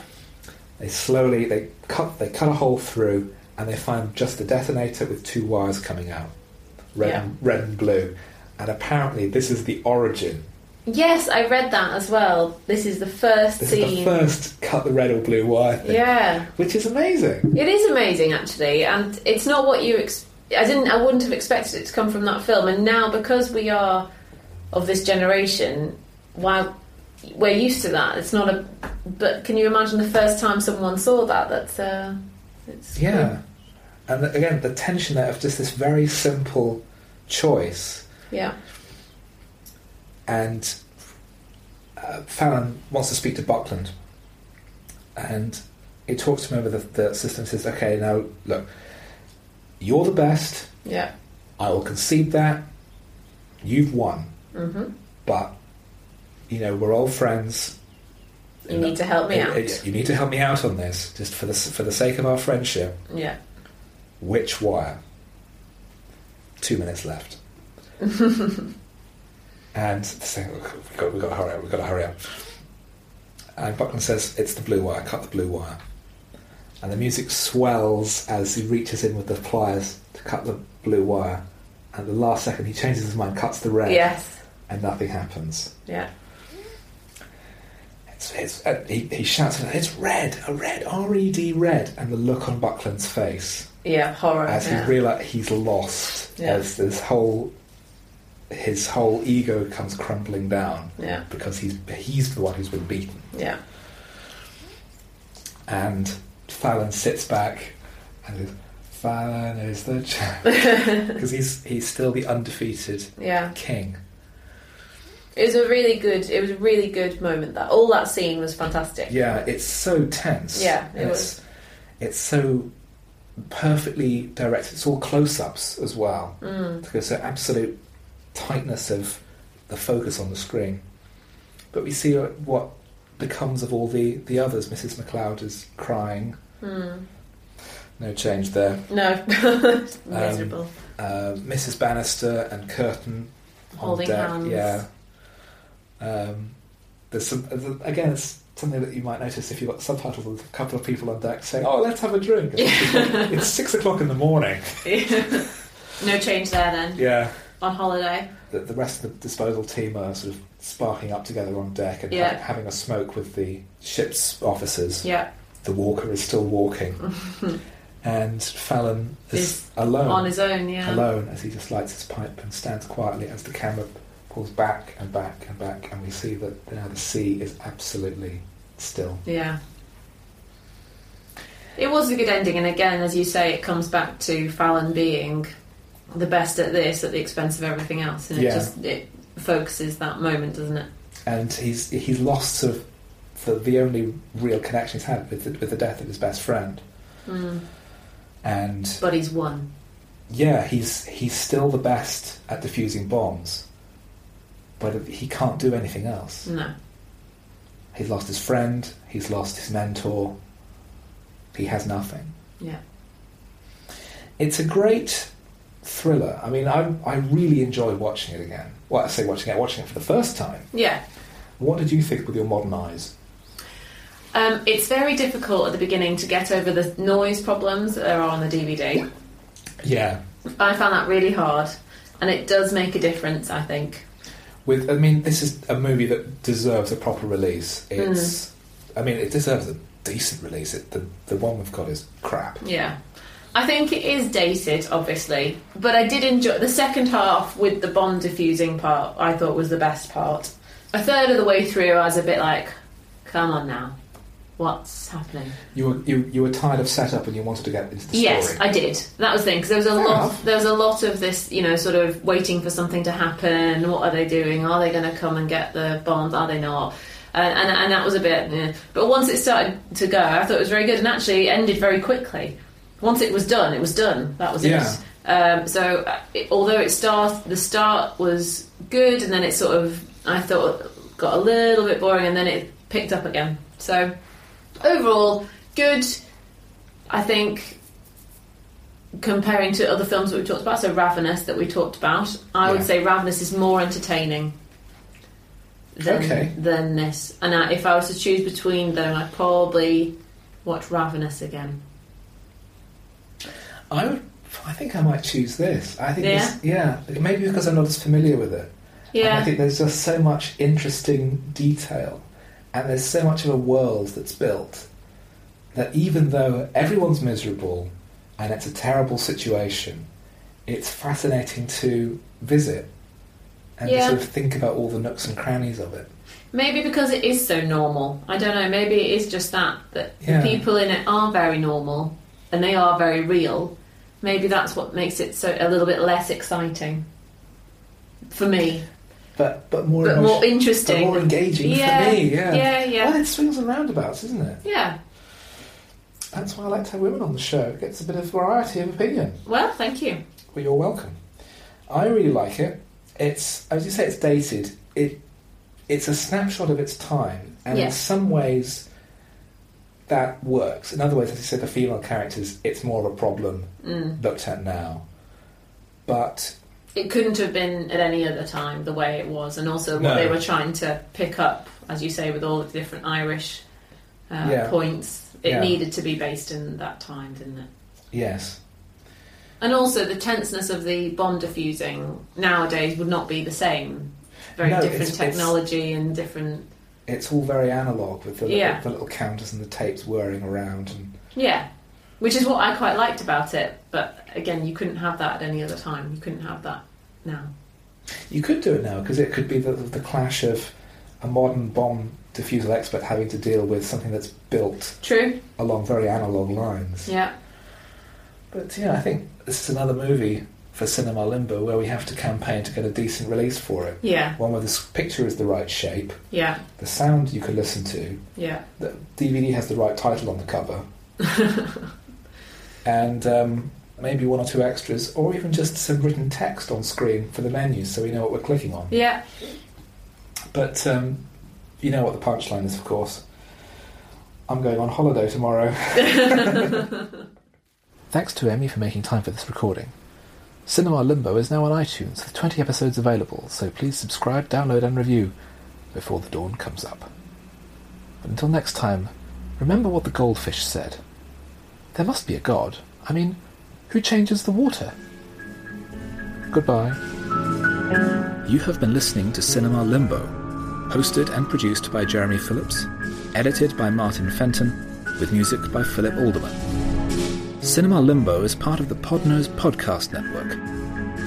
Speaker 2: They slowly they cut they cut a hole through and they find just the detonator with two wires coming out, red
Speaker 3: Yeah.
Speaker 2: and, red and blue. And apparently this is the origin.
Speaker 3: Yes, I read that as well. This is the first
Speaker 2: This is the
Speaker 3: scene.
Speaker 2: first cut the red or blue wire thing,
Speaker 3: yeah.
Speaker 2: which is amazing.
Speaker 3: It is amazing, actually, and it's not what you. Ex- I didn't. I wouldn't have expected it to come from that film, and now because we are of this generation, while we're used to that, it's not a. But can you imagine the first time someone saw that? That's. Uh, it's
Speaker 2: Yeah, and the- again the tension there of just this very simple choice
Speaker 3: Yeah.
Speaker 2: and uh, Fallon wants to speak to Buckland, and he talks to him over the, the system. Says, "Okay, now look, you're the best.
Speaker 3: Yeah.
Speaker 2: I will concede that. You've won,
Speaker 3: Mhm.
Speaker 2: but you know we're old friends.
Speaker 3: You need to help me
Speaker 2: And-
Speaker 3: out.
Speaker 2: and You need to help me out on this, just for the s- for the sake of our friendship.
Speaker 3: Yeah.
Speaker 2: Which wire? Two minutes left. and the thing, we've got, we've got to hurry up, we've got to hurry up. And Buckland says, It's the blue wire, cut the blue wire. And the music swells as he reaches in with the pliers to cut the blue wire. And the last second, he changes his mind, cuts the red,
Speaker 3: Yes.
Speaker 2: and nothing happens.
Speaker 3: Yeah.
Speaker 2: It's, it's, uh, he, he shouts, out, It's red, a red, R E D, red. And the look on Buckland's face
Speaker 3: Yeah. Horror.
Speaker 2: as
Speaker 3: yeah.
Speaker 2: he realises he's lost,
Speaker 3: Yeah.
Speaker 2: as this whole his whole ego comes crumbling down
Speaker 3: yeah.
Speaker 2: because he's he's the one who's been beaten.
Speaker 3: Yeah.
Speaker 2: And Fallon sits back and goes, Fallon is the champ because he's he's still the undefeated
Speaker 3: Yeah.
Speaker 2: king.
Speaker 3: It was a really good. It was a really good moment. That all that scene was fantastic.
Speaker 2: Yeah, it's so tense.
Speaker 3: Yeah, it
Speaker 2: And
Speaker 3: was.
Speaker 2: It's, it's so perfectly directed. It's all close-ups as well.
Speaker 3: Mm.
Speaker 2: because of absolute tightness of the focus on the screen. But we see uh, what becomes of all the, the others. Mrs. McLeod is crying.
Speaker 3: Mm.
Speaker 2: No change there.
Speaker 3: No.
Speaker 2: Um,
Speaker 3: Miserable.
Speaker 2: Uh, Mrs. Bannister and Curtin on
Speaker 3: Holding
Speaker 2: deck.
Speaker 3: hands.
Speaker 2: Yeah. Um, there's some again. It's something that you might notice if you've got subtitles with a couple of people on deck saying, "Oh, let's have a drink." it's six o'clock in the morning.
Speaker 3: no change there then.
Speaker 2: Yeah.
Speaker 3: On holiday.
Speaker 2: the, the rest of the disposal team are sort of sparking up together on deck and
Speaker 3: Yeah.
Speaker 2: ha- having a smoke with the ship's officers.
Speaker 3: Yeah.
Speaker 2: The walker is still walking, and Fallon is
Speaker 3: Is
Speaker 2: alone,
Speaker 3: On his own, yeah.
Speaker 2: alone as he just lights his pipe and stands quietly as the camera pulls back and back and back, and we see that now the sea is absolutely still.
Speaker 3: Yeah. It was a good ending, and again, as you say, it comes back to Fallon being the best at this at the expense of everything else, and it
Speaker 2: Yeah.
Speaker 3: just it focuses that moment, doesn't it?
Speaker 2: and he's he's lost sort of the, the only real connection he's had with the, with the death of his best friend,
Speaker 3: Mm.
Speaker 2: and
Speaker 3: But he's won.
Speaker 2: yeah, he's he's still the best at defusing bombs, but he can't do anything else.
Speaker 3: No.
Speaker 2: He's lost his friend, he's lost his mentor, he has nothing.
Speaker 3: Yeah.
Speaker 2: It's a great thriller. I mean, I, I really enjoy watching it again. Well, I say watching it, watching it for the first time.
Speaker 3: Yeah.
Speaker 2: What did you think with your modern eyes?
Speaker 3: Um, it's very difficult at the beginning to get over the noise problems that there are on the DVD.
Speaker 2: Yeah.
Speaker 3: I found that really hard, and it does make a difference, I think.
Speaker 2: With, I mean, this is a movie that deserves a proper release. It's, I mean, it deserves a decent release. It, the, the one we've got is crap.
Speaker 3: Yeah. I think it is dated, obviously, but I did enjoy the second half with the bomb diffusing part. I thought was the best part. A third of the way through, I was a bit like, "Come on now, what's happening?"
Speaker 2: You were, you, you were tired of setup and you wanted to get into the
Speaker 3: Yes,
Speaker 2: story.
Speaker 3: I did. That was the thing because there was a
Speaker 2: Fair
Speaker 3: lot.
Speaker 2: enough.
Speaker 3: There was a lot of this, you know, sort of waiting for something to happen. What are they doing? Are they going to come and get the bombs? Are they not? And, and, and that was a bit. eh. But once it started to go, I thought it was very good and actually ended very quickly. Once it was done, it was done. That was
Speaker 2: Yeah.
Speaker 3: it. Um, so, uh, it, although it start the start was good, and then it sort of I thought got a little bit boring, and then it picked up again. So, overall, good. I think comparing to other films that we've talked about, so Ravenous that we talked about, I
Speaker 2: Yeah.
Speaker 3: would say Ravenous is more entertaining than,
Speaker 2: Okay.
Speaker 3: than this. And I, if I was to choose between them, I'd probably watch Ravenous again.
Speaker 2: I would, I think I might choose this. I think
Speaker 3: Yeah?
Speaker 2: this, yeah, maybe because I'm not as familiar with it. And I
Speaker 3: Yeah,
Speaker 2: think there's just so much interesting detail, and there's so much of a world that's built that even though everyone's miserable and it's a terrible situation, it's fascinating to visit and to
Speaker 3: Yeah.
Speaker 2: sort of think about all the nooks and crannies of it.
Speaker 3: maybe because it is so normal. I don't know. Maybe it is just that that
Speaker 2: Yeah.
Speaker 3: the people in it are very normal and they are very real. Maybe that's what makes it so a little bit less exciting for me,
Speaker 2: But but more
Speaker 3: but
Speaker 2: emotion-
Speaker 3: more interesting.
Speaker 2: but more engaging
Speaker 3: Yeah,
Speaker 2: for me. Yeah.
Speaker 3: yeah, yeah.
Speaker 2: Well, it swings and roundabouts, isn't it?
Speaker 3: Yeah.
Speaker 2: That's why I like to have women on the show. It gets a bit of variety of opinion.
Speaker 3: Well, thank you.
Speaker 2: Well, you're welcome. I really like it. It's as you say, it's dated. It it's a snapshot of its time, and in
Speaker 3: Yes.
Speaker 2: some ways that works. In other ways, as you said, the female characters, it's more of a problem
Speaker 3: Mm.
Speaker 2: looked at now. But
Speaker 3: It couldn't have been at any other time the way it was, and also what
Speaker 2: No.
Speaker 3: they were trying to pick up, as you say, with all the different Irish uh,
Speaker 2: Yeah.
Speaker 3: points. It
Speaker 2: Yeah.
Speaker 3: needed to be based in that time, didn't it?
Speaker 2: yes,
Speaker 3: And also the tenseness of the bomb diffusing nowadays would not be the same. Very
Speaker 2: No,
Speaker 3: different
Speaker 2: it's- it's-
Speaker 3: technology and different.
Speaker 2: it's all very analog with the, little-
Speaker 3: Yeah.
Speaker 2: the little counters and the tapes whirring around. And
Speaker 3: Yeah. Which is what I quite liked about it, but again, you couldn't have that at any other time. You couldn't have that now.
Speaker 2: you could do it now because it could be the, the clash of a modern bomb diffusal expert having to deal with something that's built
Speaker 3: True?
Speaker 2: along very analog lines.
Speaker 3: Yeah.
Speaker 2: But yeah, I think this is another movie for Cinema Limbo where we have to campaign to get a decent release for it.
Speaker 3: Yeah.
Speaker 2: One where the s- picture is the right shape,
Speaker 3: Yeah.
Speaker 2: the sound you can listen to,
Speaker 3: Yeah.
Speaker 2: the DVD has the right title on the cover, and um, maybe one or two extras, or even just some written text on screen for the menu so we know what we're clicking on.
Speaker 3: Yeah.
Speaker 2: But um, you know what the punchline is, of course. I'm going on holiday tomorrow. Thanks to Emmy for making time for this recording. Cinema Limbo is now on iTunes with 20 episodes available, so please subscribe, download, and review before the dawn comes up. But until next time, remember what the goldfish said. There must be a god. I mean, who changes the water? Goodbye. You have been listening to Cinema Limbo, hosted and produced by Jeremy Phillips, edited by Martin Fenton, with music by Philip Alderman. Cinema Limbo is part of the Podnose Podcast Network.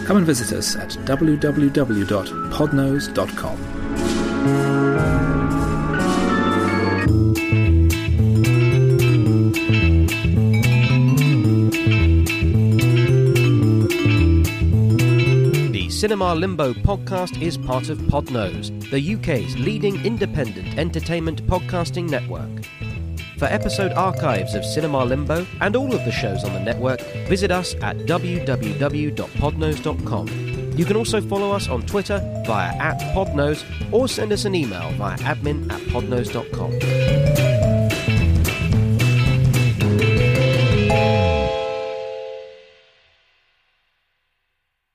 Speaker 2: Come and visit us at www.podnose.com.
Speaker 1: The Cinema Limbo podcast is part of Podnose, the UK's leading independent entertainment podcasting network. For episode archives of Cinema Limbo and all of the shows on the network, visit us at www.podnose.com. You can also follow us on Twitter via at podnose or send us an email via admin at podnose.com.